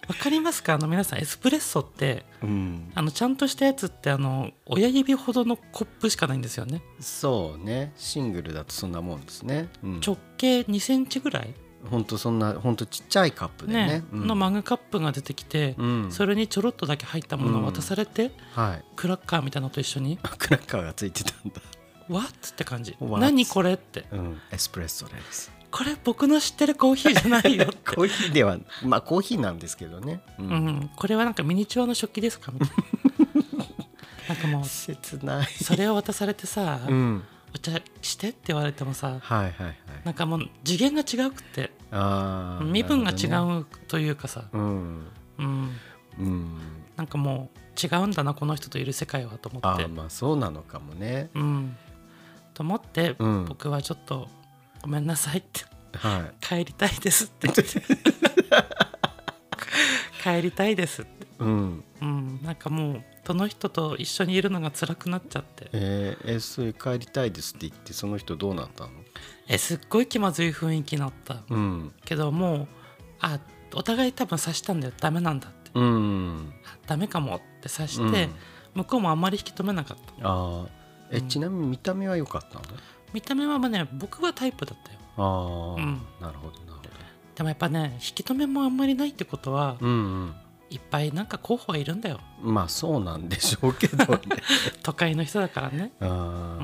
[SPEAKER 1] わかりますかあの皆さんエスプレッソって
[SPEAKER 2] うん
[SPEAKER 1] あのちゃんとしたやつってあの親指ほどのコップしかないんですよね
[SPEAKER 2] そうねシングルだとそんなもんですね、うん、
[SPEAKER 1] 直径2センチぐらい、
[SPEAKER 2] ほんとそんなほんとちっちゃいカップでね
[SPEAKER 1] ね
[SPEAKER 2] うん
[SPEAKER 1] のマグカップが出てきて、
[SPEAKER 2] うん
[SPEAKER 1] それにちょろっとだけ入ったものを渡されて、
[SPEAKER 2] はい
[SPEAKER 1] クラッカーみたいなのと一緒に
[SPEAKER 2] クラッカーがついてたんだ
[SPEAKER 1] 「わっ!」って感じ「
[SPEAKER 2] What？
[SPEAKER 1] 何これ?」って
[SPEAKER 2] うんエスプレッソです
[SPEAKER 1] 「これ僕の知ってるコーヒーじゃないよ」って
[SPEAKER 2] (laughs) コーヒーではまあコーヒーなんですけどね (laughs) う
[SPEAKER 1] 「うん、これはなんかミニチュアの食器ですか?」みたい
[SPEAKER 2] (laughs)
[SPEAKER 1] ななんかもう
[SPEAKER 2] 切ない
[SPEAKER 1] それを渡されてさ「
[SPEAKER 2] うん
[SPEAKER 1] お茶して」って言われてもさ
[SPEAKER 2] はいはいはい
[SPEAKER 1] なんかもう次元が違うくて
[SPEAKER 2] あー
[SPEAKER 1] 身分が違
[SPEAKER 2] なる
[SPEAKER 1] うというかさ、
[SPEAKER 2] ほどね
[SPEAKER 1] うん、
[SPEAKER 2] うん、うん、
[SPEAKER 1] なんかもう違うんだなこの人といる世界はと思
[SPEAKER 2] あ
[SPEAKER 1] って
[SPEAKER 2] ー、まあそうなのかもね
[SPEAKER 1] うん、と思って、
[SPEAKER 2] うん
[SPEAKER 1] 僕はちょっと「ごめんなさい」って。 (laughs)
[SPEAKER 2] は
[SPEAKER 1] 帰りたいです
[SPEAKER 2] (laughs)
[SPEAKER 1] って言って帰りたいですって、
[SPEAKER 2] い、うん
[SPEAKER 1] うん、なんかもうその人と一緒にいるのが辛くなっちゃって
[SPEAKER 2] えー、えそれ帰りたいですって言ってその人どうなったの
[SPEAKER 1] えすっごい気まずい雰囲気になった
[SPEAKER 2] うん
[SPEAKER 1] けどもうあお互い多分察したんだよダメなんだって
[SPEAKER 2] うん
[SPEAKER 1] あダメかもって察して、
[SPEAKER 2] うん
[SPEAKER 1] 向こうもあんまり引き止めなかった
[SPEAKER 2] あーえ、
[SPEAKER 1] うん
[SPEAKER 2] ちなみに見た目は良かったの
[SPEAKER 1] 見た目はまあね僕はタイプだったよ
[SPEAKER 2] あ
[SPEAKER 1] う
[SPEAKER 2] あ、
[SPEAKER 1] ん
[SPEAKER 2] なるほどなるほど
[SPEAKER 1] でもやっぱね引き止めもあんまりないってことは、
[SPEAKER 2] うんうん
[SPEAKER 1] いっぱいなんか候補はいるんだよ (laughs)
[SPEAKER 2] まあそうなんでしょうけどね
[SPEAKER 1] 都会の人だからね
[SPEAKER 2] ああ、なるほ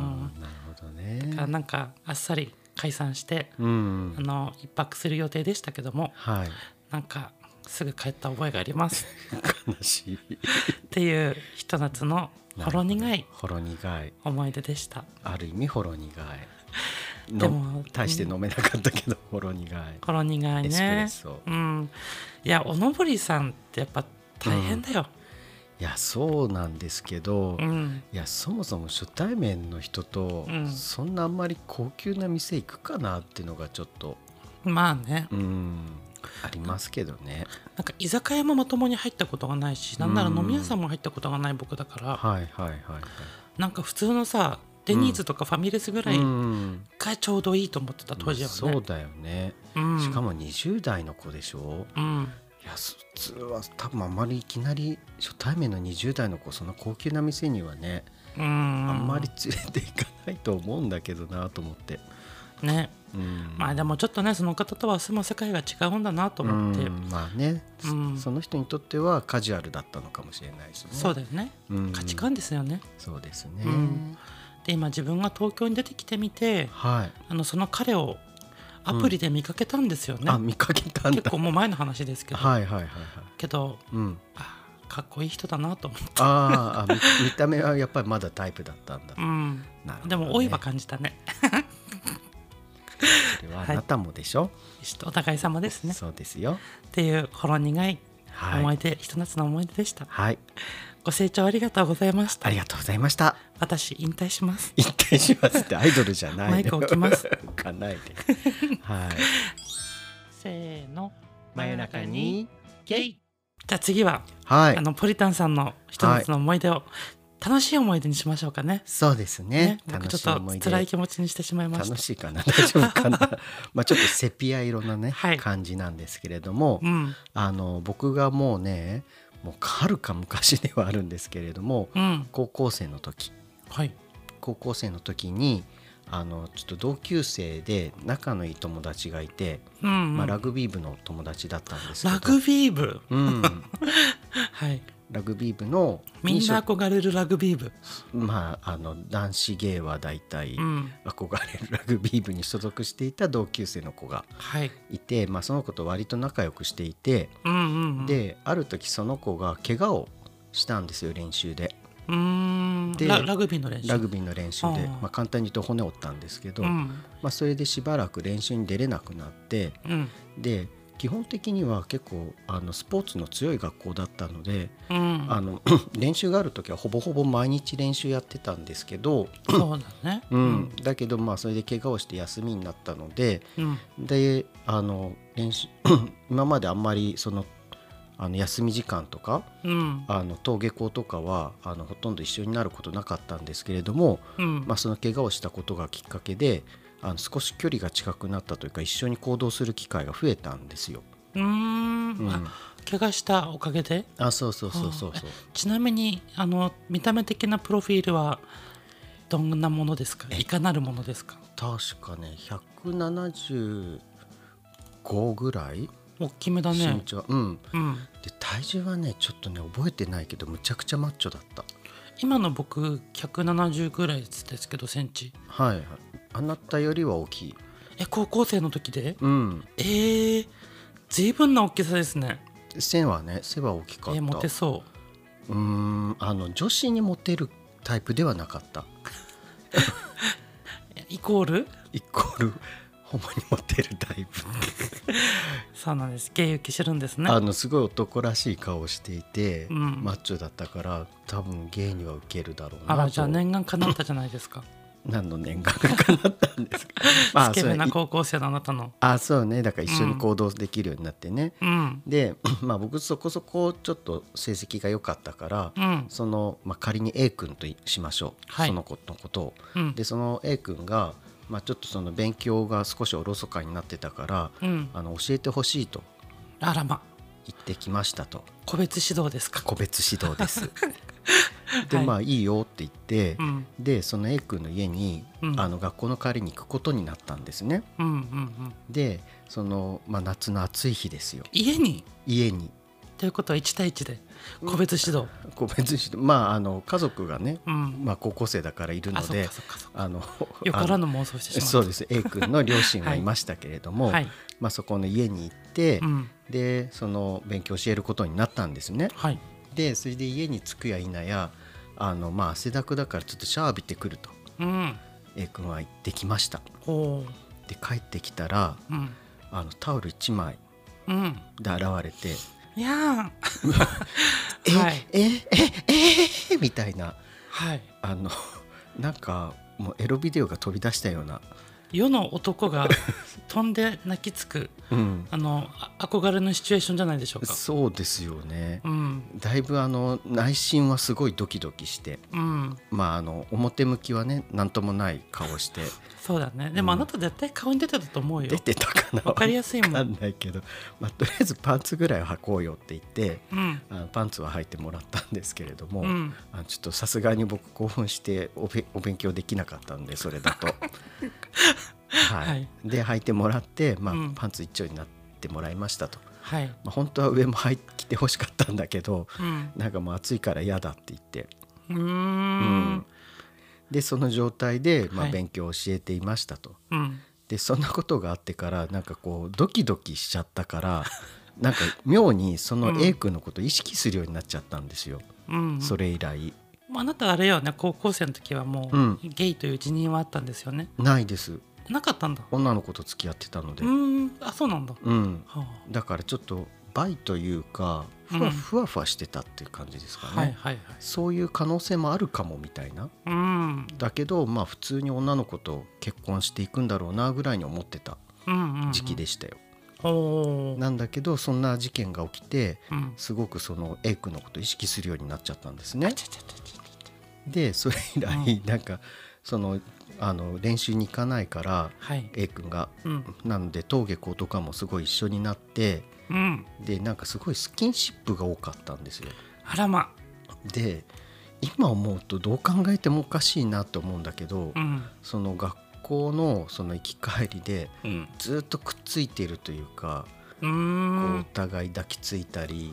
[SPEAKER 2] ど
[SPEAKER 1] だから
[SPEAKER 2] ね
[SPEAKER 1] なんかあっさり解散して、
[SPEAKER 2] うん
[SPEAKER 1] あの一泊する予定でしたけども
[SPEAKER 2] はい
[SPEAKER 1] なんかすぐ帰った覚えがあります
[SPEAKER 2] (laughs) 悲しい
[SPEAKER 1] っていうひと夏のほろ苦い
[SPEAKER 2] ほろ苦い
[SPEAKER 1] 思い出でした
[SPEAKER 2] ある意味ほろ苦い
[SPEAKER 1] でも
[SPEAKER 2] の大して飲めなかったけどほろ苦い
[SPEAKER 1] ほろ苦い
[SPEAKER 2] エスプレッ
[SPEAKER 1] ね
[SPEAKER 2] ソ
[SPEAKER 1] うんいやおのぼりさんってやっぱ大変だよ、
[SPEAKER 2] いやそうなんですけど、
[SPEAKER 1] うん
[SPEAKER 2] いやそもそも初対面の人と、
[SPEAKER 1] うん
[SPEAKER 2] そんなあんまり高級な店行くかなっていうのがちょっと
[SPEAKER 1] まあね
[SPEAKER 2] うんありますけどね、
[SPEAKER 1] なんか居酒屋もまともに入ったことがないしなんなら飲み屋さんも入ったことがない僕だから、
[SPEAKER 2] はいはいはいはい
[SPEAKER 1] なんか普通のさデニーズとかファミレスぐらい
[SPEAKER 2] うん
[SPEAKER 1] がちょうどいいと思ってた当時はね、
[SPEAKER 2] そうだよね、
[SPEAKER 1] うん
[SPEAKER 2] しかも20代の子でしょ
[SPEAKER 1] うん
[SPEAKER 2] いやそ普通は多分あんまりいきなり初対面の20代の子そんな高級な店にはね、
[SPEAKER 1] うん
[SPEAKER 2] あんまり連れて行かないと思うんだけどなと思って、
[SPEAKER 1] ね
[SPEAKER 2] うん、
[SPEAKER 1] まあでもちょっとねその方とは住む世界が違うんだなと思って、
[SPEAKER 2] うんまあね、
[SPEAKER 1] うん
[SPEAKER 2] その人にとってはカジュアルだったのかもしれないですね
[SPEAKER 1] そうだよね、
[SPEAKER 2] うん
[SPEAKER 1] 価値観ですよね
[SPEAKER 2] そうですね、
[SPEAKER 1] うんで今自分が東京に出てきてみて
[SPEAKER 2] はい
[SPEAKER 1] あのその彼をアプリで見かけたんですよね、
[SPEAKER 2] あ見かけたんだ
[SPEAKER 1] 結構もう前の話ですけど、
[SPEAKER 2] はいはいはいはい
[SPEAKER 1] けど
[SPEAKER 2] うん
[SPEAKER 1] あかっこいい人だなと思って、
[SPEAKER 2] あーあみ (laughs) 見た目はやっぱりまだタイプだったんだ、
[SPEAKER 1] うん、
[SPEAKER 2] なるほどね
[SPEAKER 1] でも老いは感じたね
[SPEAKER 2] それはあなたもでしょ、
[SPEAKER 1] お互い様ですね
[SPEAKER 2] そうですよ
[SPEAKER 1] っていうほろ苦い
[SPEAKER 2] はい
[SPEAKER 1] 思い出、ひと夏の思い出でした
[SPEAKER 2] はい
[SPEAKER 1] ご清聴ありがとうございました
[SPEAKER 2] ありがとうございました
[SPEAKER 1] 私引退します
[SPEAKER 2] 一回しますってアイドルじゃないの
[SPEAKER 1] マイク置きます
[SPEAKER 2] 置かないではい
[SPEAKER 1] せーの
[SPEAKER 2] ゲイ
[SPEAKER 1] じゃあ次は、
[SPEAKER 2] はい
[SPEAKER 1] あのポリタンさんのひと夏の思い出を、楽しい思い出にしましょうかね
[SPEAKER 2] そうですね
[SPEAKER 1] ね僕
[SPEAKER 2] 楽
[SPEAKER 1] ちょ
[SPEAKER 2] し
[SPEAKER 1] っ
[SPEAKER 2] い思
[SPEAKER 1] と
[SPEAKER 2] い出
[SPEAKER 1] 辛い気持ちにしてしまいました
[SPEAKER 2] 楽しいかな (laughs) 大丈夫かな
[SPEAKER 1] (laughs)
[SPEAKER 2] まあちょっとセピア色なね、
[SPEAKER 1] はい
[SPEAKER 2] 感じなんですけれども、
[SPEAKER 1] うん
[SPEAKER 2] あの僕がもうねもうはるか昔ではあるんですけれども、
[SPEAKER 1] うん
[SPEAKER 2] 高校生の時
[SPEAKER 1] はい
[SPEAKER 2] 高校生の時にあのちょっと同級生で仲のいい友達がいて、
[SPEAKER 1] うんうん、
[SPEAKER 2] まあ、ラグビー部の友達だったんですけど
[SPEAKER 1] ラグビー部
[SPEAKER 2] うん、
[SPEAKER 1] はい
[SPEAKER 2] ラグビー部の
[SPEAKER 1] みんな憧れるラグビー部
[SPEAKER 2] まあ、あの男子芸は大体
[SPEAKER 1] うん
[SPEAKER 2] 憧れるラグビー部に所属していた同級生の子が
[SPEAKER 1] はい
[SPEAKER 2] いて、まあ、その子と割と仲良くしていて、
[SPEAKER 1] うんうんうん
[SPEAKER 2] である時その子が怪我をしたんですよ練習で
[SPEAKER 1] うーん
[SPEAKER 2] で
[SPEAKER 1] ララグビーの練習
[SPEAKER 2] ラグビーの練習で、
[SPEAKER 1] ああ
[SPEAKER 2] まあ、簡単に言うと骨折ったんですけど、
[SPEAKER 1] うん
[SPEAKER 2] まあ、それでしばらく練習に出れなくなって
[SPEAKER 1] うん
[SPEAKER 2] で基本的には結構あのスポーツの強い学校だったので、
[SPEAKER 1] うん
[SPEAKER 2] あの (coughs) 練習がある時はほぼほぼ毎日練習やってたんですけど、
[SPEAKER 1] そうだね
[SPEAKER 2] うんだけどまあそれで怪我をして休みになったので
[SPEAKER 1] うん
[SPEAKER 2] であの練習 (coughs) 今まであんまりそのあの休み時間とか
[SPEAKER 1] うん
[SPEAKER 2] あの登下校とかはあのほとんど一緒になることなかったんですけれども、
[SPEAKER 1] うん
[SPEAKER 2] まあ、その怪我をしたことがきっかけであの少し距離が近くなったというか一緒に行動する機会が増えたんですよ。
[SPEAKER 1] うーん、
[SPEAKER 2] うん
[SPEAKER 1] あ怪我したおかげで
[SPEAKER 2] あそうそうそうそうそう。
[SPEAKER 1] ちなみにあの見た目的なプロフィールはどんなものですかいかなるものですか
[SPEAKER 2] 確かね175ぐらい
[SPEAKER 1] 大きめだね
[SPEAKER 2] 身長、うん
[SPEAKER 1] うん
[SPEAKER 2] で体重はねちょっとね覚えてないけどむちゃくちゃマッチョだった
[SPEAKER 1] 今の僕170ぐらいですけどセンチ
[SPEAKER 2] はいはいあなたよりは大きい
[SPEAKER 1] え高校生の時で
[SPEAKER 2] うん
[SPEAKER 1] えー、随分な大きさですね
[SPEAKER 2] 背はね背は大きかっ
[SPEAKER 1] え
[SPEAKER 2] た、
[SPEAKER 1] モテそう
[SPEAKER 2] うーんあの女子にモテるタイプではなかった (laughs)
[SPEAKER 1] えイコール
[SPEAKER 2] イコール (laughs) ほんまにモテるタイプ、
[SPEAKER 1] そうなんです芸受け知るんですね
[SPEAKER 2] あのすごい男らしい顔をしていて、
[SPEAKER 1] うん
[SPEAKER 2] マッチョだったから多分芸には受けるだろうな
[SPEAKER 1] あ
[SPEAKER 2] と
[SPEAKER 1] らじゃあ念願叶ったじゃないですか
[SPEAKER 2] 何の念願がかなったんで
[SPEAKER 1] (laughs)
[SPEAKER 2] すかま
[SPEAKER 1] ス
[SPEAKER 2] あ
[SPEAKER 1] ケ
[SPEAKER 2] そ
[SPEAKER 1] ベ
[SPEAKER 2] れ
[SPEAKER 1] な高校生のあなたの
[SPEAKER 2] あそうねだから一緒に行動できるようになってね、
[SPEAKER 1] うん
[SPEAKER 2] で、まあ、僕そこそこちょっと成績が良かったから、
[SPEAKER 1] うん
[SPEAKER 2] その、まあ、仮に A 君としましょう、
[SPEAKER 1] はい
[SPEAKER 2] その子のことを。
[SPEAKER 1] うん
[SPEAKER 2] でその A 君が、まあ、ちょっとその勉強が少しおろそかになってたから、
[SPEAKER 1] うん
[SPEAKER 2] あの教えてほしいと
[SPEAKER 1] あらま
[SPEAKER 2] 言ってきましたと
[SPEAKER 1] 個別指導ですか
[SPEAKER 2] 個別指導です
[SPEAKER 1] (laughs)
[SPEAKER 2] で
[SPEAKER 1] はい
[SPEAKER 2] まあいいよって言って、
[SPEAKER 1] うん
[SPEAKER 2] でその A 君の家に、
[SPEAKER 1] うん
[SPEAKER 2] あの学校の代わりに行くことになったんですね
[SPEAKER 1] うんうんうん
[SPEAKER 2] でその、まあ、夏の暑い日ですよ
[SPEAKER 1] 家に
[SPEAKER 2] 家に
[SPEAKER 1] ということは1対1で個別指導、
[SPEAKER 2] 個別指導まああの家族がね、
[SPEAKER 1] うん
[SPEAKER 2] まあ、高校生だからいるの
[SPEAKER 1] あそっ
[SPEAKER 2] で
[SPEAKER 1] かそっかそっか
[SPEAKER 2] あの
[SPEAKER 1] (laughs) よからぬ妄想してしまった
[SPEAKER 2] そうです A 君の両親はいましたけれども、
[SPEAKER 1] はい
[SPEAKER 2] まあ、そこの家に行って、
[SPEAKER 1] うん
[SPEAKER 2] でその勉強教えることになったんですね。
[SPEAKER 1] はい
[SPEAKER 2] でそれで家に着くや否やあの、まあ、汗だくだからちょっとシャワー浴びてくると
[SPEAKER 1] うん
[SPEAKER 2] A 君は行ってきました。
[SPEAKER 1] ほ
[SPEAKER 2] で帰ってきたら
[SPEAKER 1] ううん
[SPEAKER 2] あのタオル1枚
[SPEAKER 1] うん
[SPEAKER 2] で現れて
[SPEAKER 1] いや
[SPEAKER 2] 「
[SPEAKER 1] ーはい
[SPEAKER 2] えええええみたいな
[SPEAKER 1] はい
[SPEAKER 2] あのなんかもうエロビデオが飛び出したような、
[SPEAKER 1] 世の男
[SPEAKER 2] (laughs)
[SPEAKER 1] が飛んで泣きつく
[SPEAKER 2] うん、
[SPEAKER 1] あのあ憧れのシチュエーションじゃないでしょうか
[SPEAKER 2] そうですよね
[SPEAKER 1] うん
[SPEAKER 2] だいぶあの内心はすごいドキドキして
[SPEAKER 1] うん
[SPEAKER 2] まああの表向きはね何ともない顔して
[SPEAKER 1] そうだねでもあなた絶対顔に出てたと思うよ
[SPEAKER 2] 出てたかな
[SPEAKER 1] わかりやすいもん
[SPEAKER 2] わかんないけど、まあ、とりあえずパンツぐらいは履こうよって言って
[SPEAKER 1] うん
[SPEAKER 2] あのパンツは履いてもらったんですけれども、
[SPEAKER 1] うん
[SPEAKER 2] あのちょっとさすがに僕興奮しておべお勉強できなかったんでそれだ
[SPEAKER 1] (laughs)
[SPEAKER 2] と。はい
[SPEAKER 1] はい
[SPEAKER 2] で履いてもらって、まあ
[SPEAKER 1] うん
[SPEAKER 2] パンツ一丁になってもらいましたと、
[SPEAKER 1] はい
[SPEAKER 2] まあ、本当は上も履いてほしかったんだけど
[SPEAKER 1] うん
[SPEAKER 2] なんかもう暑いから嫌だって言って
[SPEAKER 1] うーん
[SPEAKER 2] でその状態で、ま
[SPEAKER 1] は
[SPEAKER 2] あ、
[SPEAKER 1] い
[SPEAKER 2] 勉強を教えていましたと。
[SPEAKER 1] うん
[SPEAKER 2] でそんなことがあってからなんかこうドキドキしちゃっ
[SPEAKER 1] (laughs)
[SPEAKER 2] たからなんか妙にその A 君のことを意識するようになっちゃったんですよ、
[SPEAKER 1] うん
[SPEAKER 2] それ以来。
[SPEAKER 1] もうあなたあれよね高校生の時はもう、
[SPEAKER 2] うん
[SPEAKER 1] ゲイという辞任はあったんですよね
[SPEAKER 2] ないです
[SPEAKER 1] なかったんだ
[SPEAKER 2] 女の子と付き合ってたので、
[SPEAKER 1] うーんあそうなんだ、
[SPEAKER 2] うん、
[SPEAKER 1] は
[SPEAKER 2] だからちょっとバイというかふわ,、
[SPEAKER 1] うん
[SPEAKER 2] ふわふわしてたっていう感じですか
[SPEAKER 1] あ、
[SPEAKER 2] ね、
[SPEAKER 1] はいはいはい
[SPEAKER 2] そういう可能性もあるかもみたいな
[SPEAKER 1] うん
[SPEAKER 2] だけどまあ普通に女の子と結婚していくんだろうなぐらいに思ってた
[SPEAKER 1] うんうん
[SPEAKER 2] 時期でしたよ、
[SPEAKER 1] おー
[SPEAKER 2] なんだけどそんな事件が起きて
[SPEAKER 1] うん
[SPEAKER 2] すごくその A 君のことを意識するようになっちゃったんですね
[SPEAKER 1] ちょちょちょちょちょ
[SPEAKER 2] でそれ以来なんかそのあの練習に行かないから
[SPEAKER 1] はい
[SPEAKER 2] A 君が
[SPEAKER 1] うん
[SPEAKER 2] なので登下校とかもすごい一緒になって
[SPEAKER 1] うん
[SPEAKER 2] でなんかすごいスキンシップが多かったんですよ
[SPEAKER 1] あらま
[SPEAKER 2] で今思うとどう考えてもおかしいなと思うんだけど、
[SPEAKER 1] うん
[SPEAKER 2] その学校のその行き帰りで
[SPEAKER 1] うん
[SPEAKER 2] ずっとくっついているというか、
[SPEAKER 1] うー
[SPEAKER 2] こうんお互い抱きついたり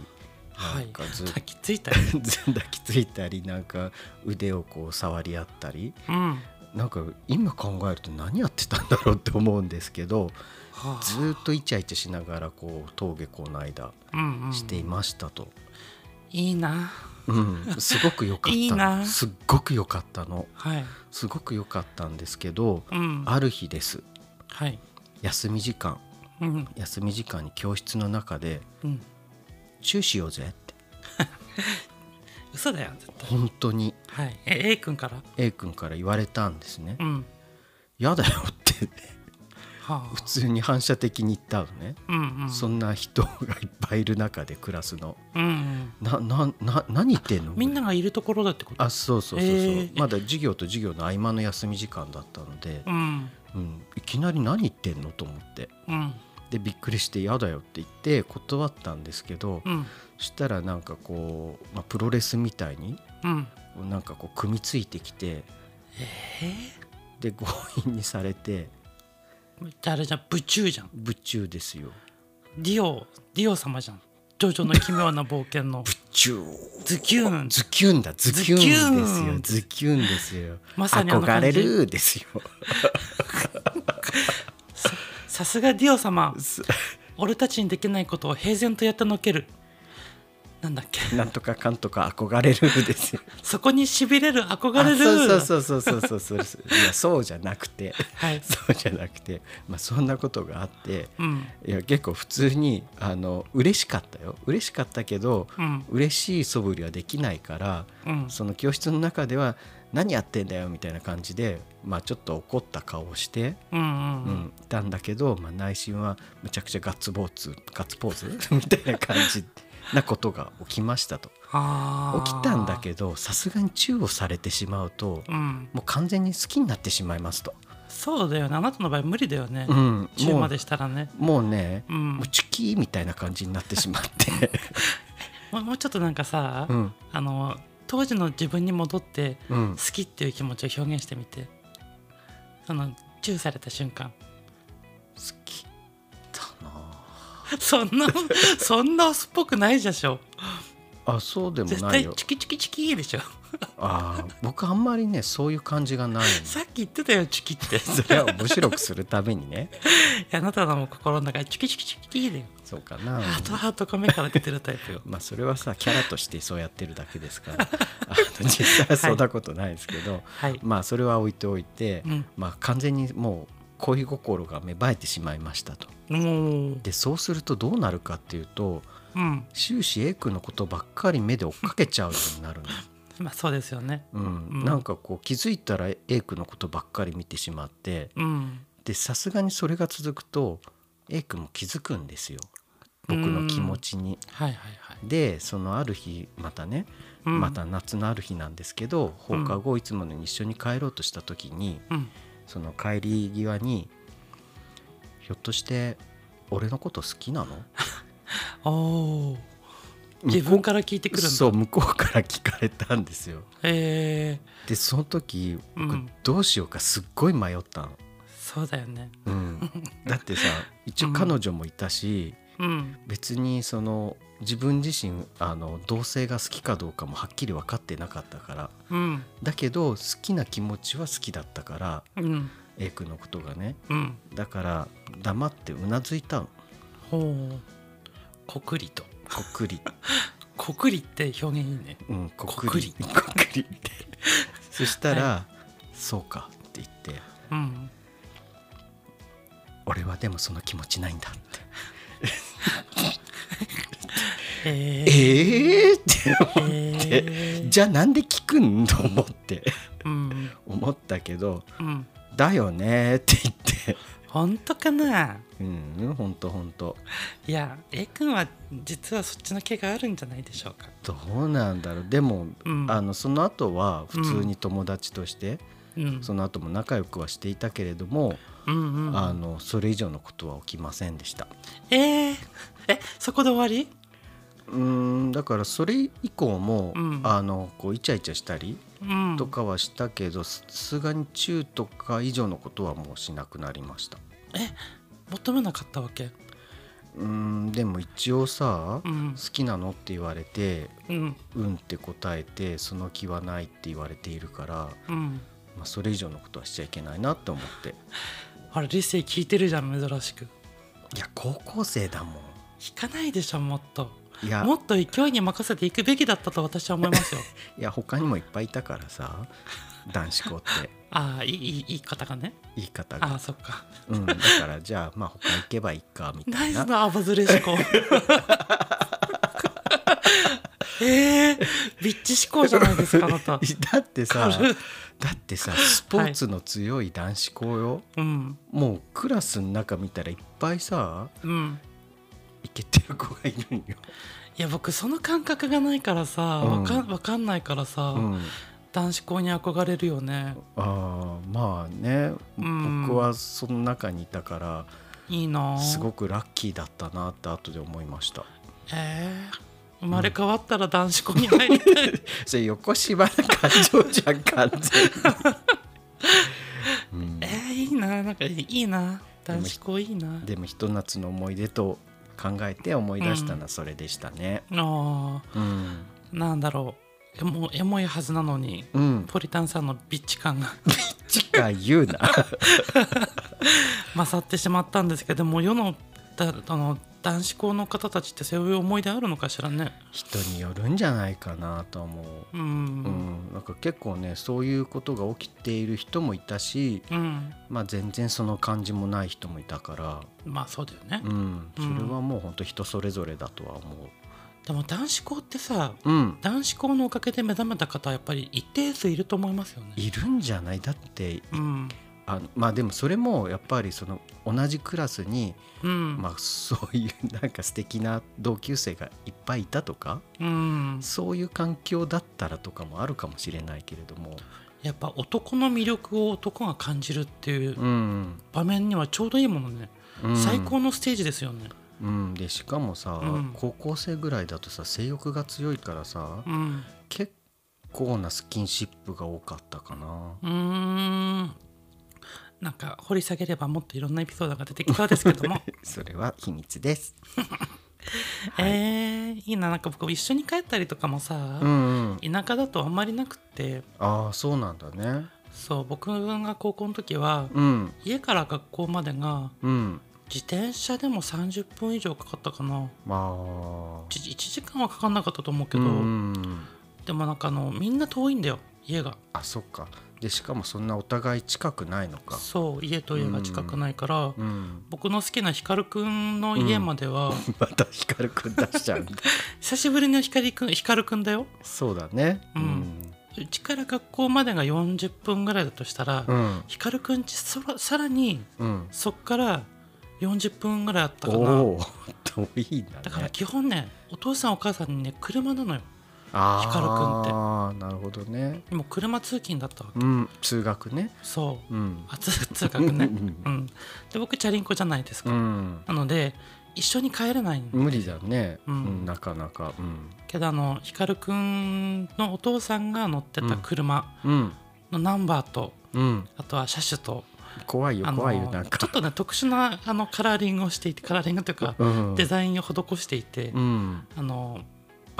[SPEAKER 1] は
[SPEAKER 2] ないんかずっと、
[SPEAKER 1] 抱きついたよ
[SPEAKER 2] 抱きついたりなんか腕をこう触り合ったり
[SPEAKER 1] うんは
[SPEAKER 2] なんか今考えると何やってたんだろうって思うんですけど
[SPEAKER 1] あ
[SPEAKER 2] ずっとイチャイチャしながらこう登下校の間
[SPEAKER 1] うんうん
[SPEAKER 2] していましたと。
[SPEAKER 1] いいな
[SPEAKER 2] うん、すごく良かったの
[SPEAKER 1] いいな
[SPEAKER 2] すっごく良かったの
[SPEAKER 1] はい
[SPEAKER 2] すごく良かったんですけど、
[SPEAKER 1] うん
[SPEAKER 2] ある日です
[SPEAKER 1] はい
[SPEAKER 2] 休み時間
[SPEAKER 1] うん
[SPEAKER 2] 休み時間に教室の中で
[SPEAKER 1] うん
[SPEAKER 2] 「チューしようぜ」って
[SPEAKER 1] 嘘だよ絶対
[SPEAKER 2] 本当に
[SPEAKER 1] はいえ A 君から
[SPEAKER 2] A 君から言われたんですね
[SPEAKER 1] う。ん
[SPEAKER 2] やだよって
[SPEAKER 1] は
[SPEAKER 2] 普
[SPEAKER 1] あ
[SPEAKER 2] 通に反射的に言ったのね、
[SPEAKER 1] うんうん
[SPEAKER 2] そんな人がいっぱいいる中でクラスの
[SPEAKER 1] うんうん
[SPEAKER 2] ななな何言ってんの
[SPEAKER 1] みんながいるところだってこと
[SPEAKER 2] あそうそうそうそう、
[SPEAKER 1] えー
[SPEAKER 2] まだ授業と授業の合間の休み時間だったので
[SPEAKER 1] う、ん
[SPEAKER 2] うん、いきなり何言ってんのと思って
[SPEAKER 1] うん
[SPEAKER 2] でびっくりして「嫌だよ」って言って断ったんですけど、
[SPEAKER 1] うん
[SPEAKER 2] そしたらなんかこう、まあ、プロレスみたいに
[SPEAKER 1] うん
[SPEAKER 2] なんかこう組みついてきてで強引にされて
[SPEAKER 1] じゃああれじゃん宇宙じゃん
[SPEAKER 2] ぶっちゅうですよ。
[SPEAKER 1] ディオディオ様じゃんジョジョの奇妙な冒険
[SPEAKER 2] (laughs)
[SPEAKER 1] の
[SPEAKER 2] チュ
[SPEAKER 1] ズキューン
[SPEAKER 2] ズキュンだズキュンですよ
[SPEAKER 1] ズ
[SPEAKER 2] ズキュンですよ
[SPEAKER 1] まさにあの
[SPEAKER 2] 憧
[SPEAKER 1] 感じ
[SPEAKER 2] れるですよ (laughs)
[SPEAKER 1] さすがディオ様俺たちにできないことを平然とやってのけるなんだっけ
[SPEAKER 2] なんとかかんとか憧れるですよ
[SPEAKER 1] そこにしびれる (laughs) 憧れ
[SPEAKER 2] あ
[SPEAKER 1] る
[SPEAKER 2] そうそうそうそうそうそういやそうじゃなくて (laughs)
[SPEAKER 1] はい
[SPEAKER 2] そうじゃなくて、まあ、そんなことがあって、
[SPEAKER 1] うん
[SPEAKER 2] いや結構普通にあの嬉しかったよ嬉しかったけど、
[SPEAKER 1] うん
[SPEAKER 2] 嬉しい素振りはできないから、
[SPEAKER 1] うん
[SPEAKER 2] その教室の中では「何やってんだよ」みたいな感じで、まあ、ちょっと怒った顔をして、
[SPEAKER 1] うんうん
[SPEAKER 2] う
[SPEAKER 1] うんん
[SPEAKER 2] いたんだけど、まあ、内心はむちゃくちゃガッツポーズガッツポーズ (laughs) みたいな感じなことが起きましたと。
[SPEAKER 1] あ
[SPEAKER 2] 起きたんだけどさすがにチューをされてしまうと、
[SPEAKER 1] どうん
[SPEAKER 2] もう完全に好きになってしまいますと。
[SPEAKER 1] そうだよねあなたの場合無理だよね
[SPEAKER 2] うん、
[SPEAKER 1] 中までしたらね
[SPEAKER 2] もうね、
[SPEAKER 1] うん
[SPEAKER 2] もうチュキーみたいな感じになってしまって、
[SPEAKER 1] もうもうちょっとなんかさ
[SPEAKER 2] うん
[SPEAKER 1] あの当時の自分に戻って好
[SPEAKER 2] うん、
[SPEAKER 1] きっていう気持ちを表現してみてそのチューされた瞬間
[SPEAKER 2] 好きだなあ
[SPEAKER 1] (laughs) そ
[SPEAKER 2] (laughs)
[SPEAKER 1] んなそんなオスっぽくないでしょ
[SPEAKER 2] あそうでも
[SPEAKER 1] 絶
[SPEAKER 2] ない
[SPEAKER 1] 対
[SPEAKER 2] よ
[SPEAKER 1] チキチキチキでしょ
[SPEAKER 2] あー僕あんまりねそういう感じがない
[SPEAKER 1] (laughs) さっき言ってたよチキって
[SPEAKER 2] の (laughs) それは面白くするためにね
[SPEAKER 1] あなたのもう心の中でチキチキチキだよ
[SPEAKER 2] そうかな
[SPEAKER 1] ハートハートが目から出てるタイプよ
[SPEAKER 2] まあそれはさキャラとしてそうやってるだけですからあの実際はそんなことないですけど、
[SPEAKER 1] はい
[SPEAKER 2] まあそれは置いておいて、
[SPEAKER 1] うん
[SPEAKER 2] まあ完全にもう恋心が芽生えてしまいましたと。
[SPEAKER 1] もう
[SPEAKER 2] でそうするとどうなるかっていうと
[SPEAKER 1] うん
[SPEAKER 2] 終始 A 君のことばっかり目で追っかけちゃうようになるの、
[SPEAKER 1] (laughs) まあそうですよね
[SPEAKER 2] うん
[SPEAKER 1] うん
[SPEAKER 2] なんかこう気づいたら A 君のことばっかり見てしまって
[SPEAKER 1] うん
[SPEAKER 2] でさすがにそれが続くと A 君も気づくんですよ僕の気持ちに。
[SPEAKER 1] はいはいはい
[SPEAKER 2] でそのある日またね、
[SPEAKER 1] うん
[SPEAKER 2] また夏のある日なんですけど放課後いつものように一緒に帰ろうとした時に、
[SPEAKER 1] うん
[SPEAKER 2] その帰り際に「ひょっとして俺のこと好きなの?
[SPEAKER 1] おおー自分から聞いてくるんだ
[SPEAKER 2] そう向こうから聞かれたんですよ。
[SPEAKER 1] えー、
[SPEAKER 2] でその時
[SPEAKER 1] う
[SPEAKER 2] 僕
[SPEAKER 1] ん
[SPEAKER 2] どうしようかすっごい迷ったの。
[SPEAKER 1] そうだよね
[SPEAKER 2] うん、だって (laughs) さ一応彼女もいたし、
[SPEAKER 1] うん
[SPEAKER 2] 別にその自分自身あの同性が好きかどうかもはっきり分かってなかったから
[SPEAKER 1] うん
[SPEAKER 2] だけど好きな気持ちは好きだったから
[SPEAKER 1] うん
[SPEAKER 2] A 君のことがね
[SPEAKER 1] うん
[SPEAKER 2] だから黙ってうなずいたの
[SPEAKER 1] ほうこくりと
[SPEAKER 2] こっく (laughs) り、
[SPEAKER 1] こくりって表現いいね
[SPEAKER 2] うん、こっくり
[SPEAKER 1] こ
[SPEAKER 2] (laughs) こっくりってそしたら、そうか」って言って
[SPEAKER 1] うん
[SPEAKER 2] 「俺はでもその気持ちないんだ」って
[SPEAKER 1] え
[SPEAKER 2] 「
[SPEAKER 1] ー、
[SPEAKER 2] ええー!」って思って、
[SPEAKER 1] えー
[SPEAKER 2] (laughs) じゃあなんで聞くんと思って
[SPEAKER 1] うん
[SPEAKER 2] 思ったけど
[SPEAKER 1] うん
[SPEAKER 2] 「だよね」って言って
[SPEAKER 1] 本当かな
[SPEAKER 2] うんほんとほんと
[SPEAKER 1] いや A 君は実はそっちの毛があるんじゃないでしょうか
[SPEAKER 2] どうなんだろうでも、
[SPEAKER 1] うん
[SPEAKER 2] あのその後は普通に友達として、
[SPEAKER 1] うん
[SPEAKER 2] その後も仲良くはしていたけれども、
[SPEAKER 1] うんうん
[SPEAKER 2] あのそれ以上のことは起きませんでした
[SPEAKER 1] えー、えそこで終わり
[SPEAKER 2] うんだからそれ以降も、
[SPEAKER 1] うん
[SPEAKER 2] あのこうイチャイチャしたり
[SPEAKER 1] うん
[SPEAKER 2] とかはしたけどさすがに中とか以上のことはもうしなくなりました
[SPEAKER 1] 求めなかったわけ
[SPEAKER 2] うんでも一応さ、
[SPEAKER 1] うん
[SPEAKER 2] 好きなのって言われて
[SPEAKER 1] うん
[SPEAKER 2] うんって答えてその気はないって言われているから、
[SPEAKER 1] うん
[SPEAKER 2] まあ、それ以上のことはしちゃいけないなって思
[SPEAKER 1] (laughs)
[SPEAKER 2] って
[SPEAKER 1] ほら理性聞いてるじゃん珍しく
[SPEAKER 2] いや高校生だも
[SPEAKER 1] 聞かないでしょもっと
[SPEAKER 2] んいや
[SPEAKER 1] もっと勢いに任せていくべきだったと私は思います
[SPEAKER 2] (laughs)
[SPEAKER 1] よ
[SPEAKER 2] いや他にもいっぱいいたからさ男子校
[SPEAKER 1] (laughs)
[SPEAKER 2] って
[SPEAKER 1] ああいいいいいい方がね
[SPEAKER 2] 言い方
[SPEAKER 1] あ
[SPEAKER 2] が
[SPEAKER 1] あ、そっか
[SPEAKER 2] うん、だからじゃあまあ他行けばいいかみ
[SPEAKER 1] ナ
[SPEAKER 2] たい
[SPEAKER 1] イス
[SPEAKER 2] な
[SPEAKER 1] なアバズレ思考
[SPEAKER 2] (laughs)
[SPEAKER 1] えー、ビッチ思考じゃないですかあな
[SPEAKER 2] (laughs)
[SPEAKER 1] た
[SPEAKER 2] だってさ
[SPEAKER 1] 軽い
[SPEAKER 2] だってさスポーツの強い男子校よ、
[SPEAKER 1] うん
[SPEAKER 2] もうクラスの中見たらいっぱいさ
[SPEAKER 1] うん
[SPEAKER 2] イケてる子がいるんよ、
[SPEAKER 1] いや僕その感覚がないからさ
[SPEAKER 2] う
[SPEAKER 1] わ
[SPEAKER 2] ん
[SPEAKER 1] か,、ん、わかんないからさ、
[SPEAKER 2] うん、
[SPEAKER 1] 男子校に憧れるよね
[SPEAKER 2] あーまあね、
[SPEAKER 1] うん
[SPEAKER 2] 僕はその中にいたから
[SPEAKER 1] いいなあ
[SPEAKER 2] すごくラッキーだったなって後で思いました
[SPEAKER 1] えー生まれ変わったら男子校に入り
[SPEAKER 2] (laughs)
[SPEAKER 1] たい
[SPEAKER 2] それ横芝な感情じゃん完全に、 (laughs) うん
[SPEAKER 1] えー、いいななんかいいな男子校いいな
[SPEAKER 2] でもひと夏の思い出と考えて思い出したのはそれでしたね
[SPEAKER 1] あ
[SPEAKER 2] うん、
[SPEAKER 1] ーなんだろうエモエモいはずなのに
[SPEAKER 2] うん、
[SPEAKER 1] ポリタンさんのビッチ感が (laughs)
[SPEAKER 2] 近い言うな
[SPEAKER 1] 勝ってしまったんですけども世のだあの男子校の方たちってそういう思い出あるのかしらね
[SPEAKER 2] 人によるんじゃないかなと思う
[SPEAKER 1] う
[SPEAKER 2] うんん、なんか結構ねそういうことが起きている人もいたし、
[SPEAKER 1] うん
[SPEAKER 2] まあ、全然その感じもない人もいたから、
[SPEAKER 1] まあそうだよね、
[SPEAKER 2] うん、それはもう本当人それぞれだとは思
[SPEAKER 1] でも男子校ってさ
[SPEAKER 2] う、うん、
[SPEAKER 1] 男子校のおかげで目覚めた方はやっぱり一定数いると思いますよね
[SPEAKER 2] いるんじゃないだって
[SPEAKER 1] うん
[SPEAKER 2] あのまあでもそれもやっぱりその同じクラスに、
[SPEAKER 1] うん、
[SPEAKER 2] まあ、そういうなんか素敵な同級生がいっぱいいたとか
[SPEAKER 1] うん、
[SPEAKER 2] そういう環境だったらとかもあるかもしれないけれども、
[SPEAKER 1] やっぱ男の魅力を男が感じるっていう
[SPEAKER 2] うん
[SPEAKER 1] 場面にはちょうどいいものね、
[SPEAKER 2] うん
[SPEAKER 1] 最高のステージですよね
[SPEAKER 2] うん、でしかもさ、
[SPEAKER 1] うん
[SPEAKER 2] 高校生ぐらいだとさ性欲が強いからさ、
[SPEAKER 1] うん
[SPEAKER 2] 結構なスキンシップが多かったかな。
[SPEAKER 1] うーんなんか掘り下げればもっといろんなエピソードが出てきそうですけども
[SPEAKER 2] それ (laughs) は秘密です。
[SPEAKER 1] えー、いいななんか僕一緒に帰ったりとかもさ、
[SPEAKER 2] うん、うん。
[SPEAKER 1] 田舎だとあんまりなくって
[SPEAKER 2] ああ、そうなんだね。
[SPEAKER 1] そう僕が高校の時は、
[SPEAKER 2] うん。
[SPEAKER 1] 家から学校までが
[SPEAKER 2] うん。
[SPEAKER 1] 自転車でも30分以上かかったかな
[SPEAKER 2] まあ。
[SPEAKER 1] 1時間はかかんなかったと思うけ
[SPEAKER 2] う
[SPEAKER 1] ど、
[SPEAKER 2] ん。
[SPEAKER 1] でもなんかあのみんな遠いんだよ家が
[SPEAKER 2] あ、そっか。で、しかもそんなお互い近くないのか。
[SPEAKER 1] そう家と家が近くないから、
[SPEAKER 2] うん。
[SPEAKER 1] 僕の好きなヒカルくんの家までは、
[SPEAKER 2] また光くん出しちゃ
[SPEAKER 1] (laughs)
[SPEAKER 2] うんだ。
[SPEAKER 1] 久しぶりのヒカリくんヒカルくんだよ
[SPEAKER 2] そうだね。
[SPEAKER 1] うん。うちから学校までが40分ぐらいだとしたら、
[SPEAKER 2] うん。
[SPEAKER 1] ヒカルくんちそらさらに
[SPEAKER 2] うん。
[SPEAKER 1] そっから40分ぐらいあったかな
[SPEAKER 2] おおー、遠いんだね。
[SPEAKER 1] だから基本ねお父さんお母さんにね車なのよ
[SPEAKER 2] あ
[SPEAKER 1] 光くんって
[SPEAKER 2] あーなるほどね。
[SPEAKER 1] でも車通勤だったわけ
[SPEAKER 2] うん、通学ね。
[SPEAKER 1] そう
[SPEAKER 2] うん。
[SPEAKER 1] あつ通学ね
[SPEAKER 2] うん
[SPEAKER 1] うんで僕チャリンコじゃないです
[SPEAKER 2] う
[SPEAKER 1] か、
[SPEAKER 2] ん。
[SPEAKER 1] なので一緒に帰れないん
[SPEAKER 2] 無理だね。う
[SPEAKER 1] うん
[SPEAKER 2] ん、なかなか。うん。
[SPEAKER 1] けどあの光くんのお父さんが乗ってた車
[SPEAKER 2] うん。
[SPEAKER 1] のナンバーと、
[SPEAKER 2] うん。
[SPEAKER 1] あとは車種と
[SPEAKER 2] 怖いよ、
[SPEAKER 1] あの
[SPEAKER 2] 怖いよ、なん
[SPEAKER 1] ちょ
[SPEAKER 2] か
[SPEAKER 1] っ。とね特殊なあのカラーリングをしていてカラーリングというか、
[SPEAKER 2] うん。
[SPEAKER 1] デザインを施していて、
[SPEAKER 2] うん。
[SPEAKER 1] あの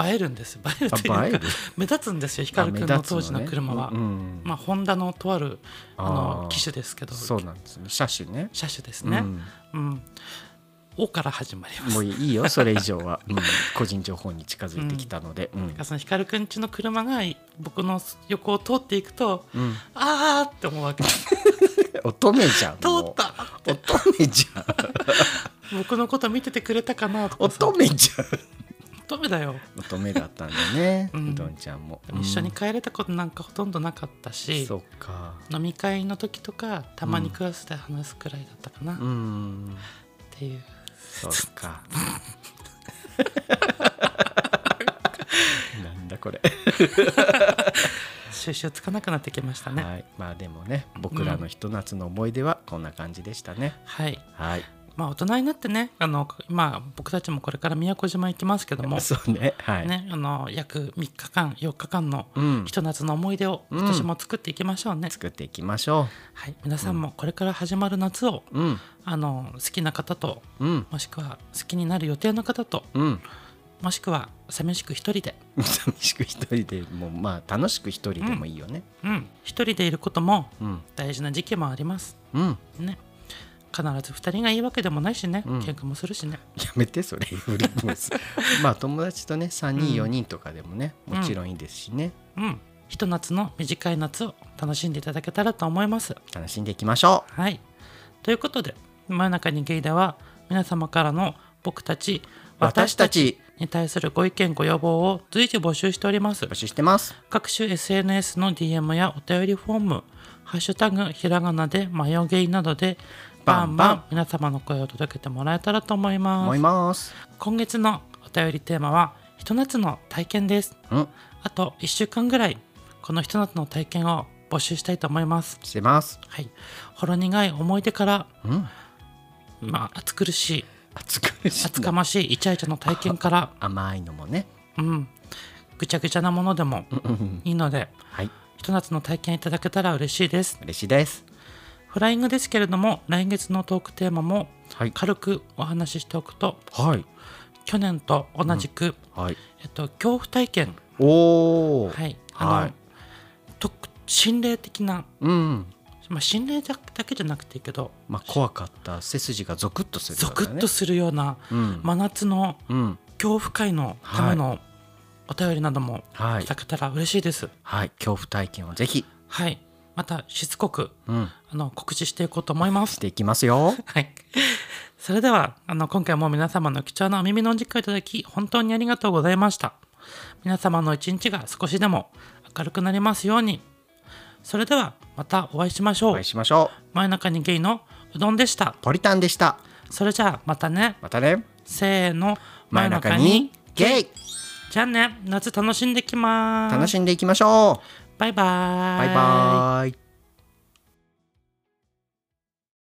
[SPEAKER 1] 映えるんです映えるという
[SPEAKER 2] あ映え
[SPEAKER 1] か
[SPEAKER 2] る
[SPEAKER 1] 目立つんですよ光くん
[SPEAKER 2] あ
[SPEAKER 1] の
[SPEAKER 2] 目立つ
[SPEAKER 1] 当時の
[SPEAKER 2] ね
[SPEAKER 1] 車は、
[SPEAKER 2] うん。
[SPEAKER 1] まあ、ホンダのとあるあの
[SPEAKER 2] あー
[SPEAKER 1] 機種ですけど
[SPEAKER 2] そうなんですね。車種ね。
[SPEAKER 1] 車種です
[SPEAKER 2] う
[SPEAKER 1] ね、
[SPEAKER 2] ん
[SPEAKER 1] うん「お」から始まります
[SPEAKER 2] もういいよ、それ以上は。うん個人情報に近づいてきたので。うん
[SPEAKER 1] なんかその光くんちの車が僕の横を通っていくと、
[SPEAKER 2] うん。
[SPEAKER 1] あーって思うわけ通
[SPEAKER 2] 乙女じゃん。も
[SPEAKER 1] っ
[SPEAKER 2] う
[SPEAKER 1] た
[SPEAKER 2] 乙女じ
[SPEAKER 1] (laughs)
[SPEAKER 2] ゃん。
[SPEAKER 1] 僕のこと見ててくれたかなとか
[SPEAKER 2] 乙
[SPEAKER 1] さ
[SPEAKER 2] 女じゃん。
[SPEAKER 1] 乙女だよ
[SPEAKER 2] 乙女だったんだね。
[SPEAKER 1] うん
[SPEAKER 2] うどんちゃんも。
[SPEAKER 1] 一緒に帰れたことなんかほとんどなかったし、
[SPEAKER 2] そっか。
[SPEAKER 1] 飲み会の時とかたまにクラスで話すくらいだったかなっ
[SPEAKER 2] うん。
[SPEAKER 1] ていう、
[SPEAKER 2] そっ
[SPEAKER 1] (laughs)
[SPEAKER 2] か。なんだこれ。
[SPEAKER 1] 収集つかなくなってきましたねはい、
[SPEAKER 2] はい。まあでもね、僕らのひと夏の思い出はこんな感じでしたね。はい。
[SPEAKER 1] まあ大人になってねあの今僕たちもこれから宮古島行きますけども、
[SPEAKER 2] (laughs) そうね。はい。
[SPEAKER 1] ね、あの約3日間4日間の
[SPEAKER 2] うん
[SPEAKER 1] ひ。と夏の思い出を今年も作っていきましょうね、
[SPEAKER 2] 作っていきましょ
[SPEAKER 1] はい、皆さんもこれから始まる夏を、
[SPEAKER 2] う。うん。
[SPEAKER 1] あの好きな方と
[SPEAKER 2] うん。
[SPEAKER 1] もしくは好きになる予定の方と
[SPEAKER 2] うん。 (laughs)
[SPEAKER 1] もしくは寂しく一人で
[SPEAKER 2] 寂しく一人でもまあ楽しく一人でもいいよね。
[SPEAKER 1] うん一人でいることも
[SPEAKER 2] うん。
[SPEAKER 1] 大事な時期もあります
[SPEAKER 2] うん。
[SPEAKER 1] ね必ず二人がいいわけでもないしね、
[SPEAKER 2] うん
[SPEAKER 1] 喧嘩もするしね
[SPEAKER 2] やめてそれフリーポ
[SPEAKER 1] (laughs)
[SPEAKER 2] ーズまあ友達とね3
[SPEAKER 1] うん
[SPEAKER 2] 人4人とかでもね、もちろんいいですしね
[SPEAKER 1] うんひと夏の短い夏を楽しんでいただけたらと思います
[SPEAKER 2] 楽しんでいきましょ
[SPEAKER 1] はい。ということで、真夜中にゲイでは、皆様からの僕たち、
[SPEAKER 2] 私たち
[SPEAKER 1] に対するご意見、ご要望を随時募集しております
[SPEAKER 2] う募。集してます
[SPEAKER 1] 各種 SNS の DM やお便りフォーム、ハッシュタグひらがなでマヨゲイなどで、バンバ
[SPEAKER 2] バンバ
[SPEAKER 1] ン皆様の声を届けてもらえたらと思いま
[SPEAKER 2] 思い
[SPEAKER 1] す。
[SPEAKER 2] ます
[SPEAKER 1] 今月のお便りテーマは、ひと夏の体験です。
[SPEAKER 2] うん
[SPEAKER 1] あと1週間ぐらい、このひと夏の体験を募集したいと思います。
[SPEAKER 2] してます
[SPEAKER 1] はい。ほろ苦い思い出から
[SPEAKER 2] うん
[SPEAKER 1] まあ、暑苦しい
[SPEAKER 2] 暑苦しい
[SPEAKER 1] 厚かましいイチャイチャの体験から、
[SPEAKER 2] 甘いのもね
[SPEAKER 1] うん、ぐちゃぐちゃなものでもいいので、
[SPEAKER 2] はい
[SPEAKER 1] ひと夏の体験いただけたら嬉しいです。
[SPEAKER 2] 嬉しいです
[SPEAKER 1] フライングですけれども、来月のトークテーマも
[SPEAKER 2] はい
[SPEAKER 1] 軽くお話ししておくと、
[SPEAKER 2] はい
[SPEAKER 1] 去年と同じく、
[SPEAKER 2] はい
[SPEAKER 1] えっと、恐怖体験、
[SPEAKER 2] おお
[SPEAKER 1] はい、あ
[SPEAKER 2] は
[SPEAKER 1] の
[SPEAKER 2] い、
[SPEAKER 1] と心霊的な、
[SPEAKER 2] うん
[SPEAKER 1] まあ、心霊だだけじゃなくていいけど、
[SPEAKER 2] まあ怖かった背筋がゾクッとする
[SPEAKER 1] ゾ
[SPEAKER 2] よう
[SPEAKER 1] ク
[SPEAKER 2] な
[SPEAKER 1] ッ
[SPEAKER 2] ね
[SPEAKER 1] とするような、
[SPEAKER 2] うん
[SPEAKER 1] 真夏の
[SPEAKER 2] うん
[SPEAKER 1] 恐怖会のためのお便りなども
[SPEAKER 2] はい
[SPEAKER 1] いただけたら嬉しいです。
[SPEAKER 2] はい恐怖体験をぜひ
[SPEAKER 1] はい。またしつこく、
[SPEAKER 2] うん
[SPEAKER 1] あの、告知していこうと思いま
[SPEAKER 2] し
[SPEAKER 1] す。
[SPEAKER 2] ていきますよ
[SPEAKER 1] はい。それでは、あの、今回も皆様の貴重なお耳のお時間をいただき、本当にありがとうございました。皆様の一日が少しでも明るくなりますように。それでは、またお会いしましょ
[SPEAKER 2] お
[SPEAKER 1] う
[SPEAKER 2] 会い。しましょう
[SPEAKER 1] 真夜中にゲイのうどんでした。
[SPEAKER 2] ポリタンでした
[SPEAKER 1] それじゃあ、またね。
[SPEAKER 2] またね
[SPEAKER 1] せーの。
[SPEAKER 2] 真夜中にゲイ
[SPEAKER 1] じゃあね、夏楽しんできます。
[SPEAKER 2] 楽しんでいきましょう
[SPEAKER 1] バイバーイ。
[SPEAKER 2] バイバーイ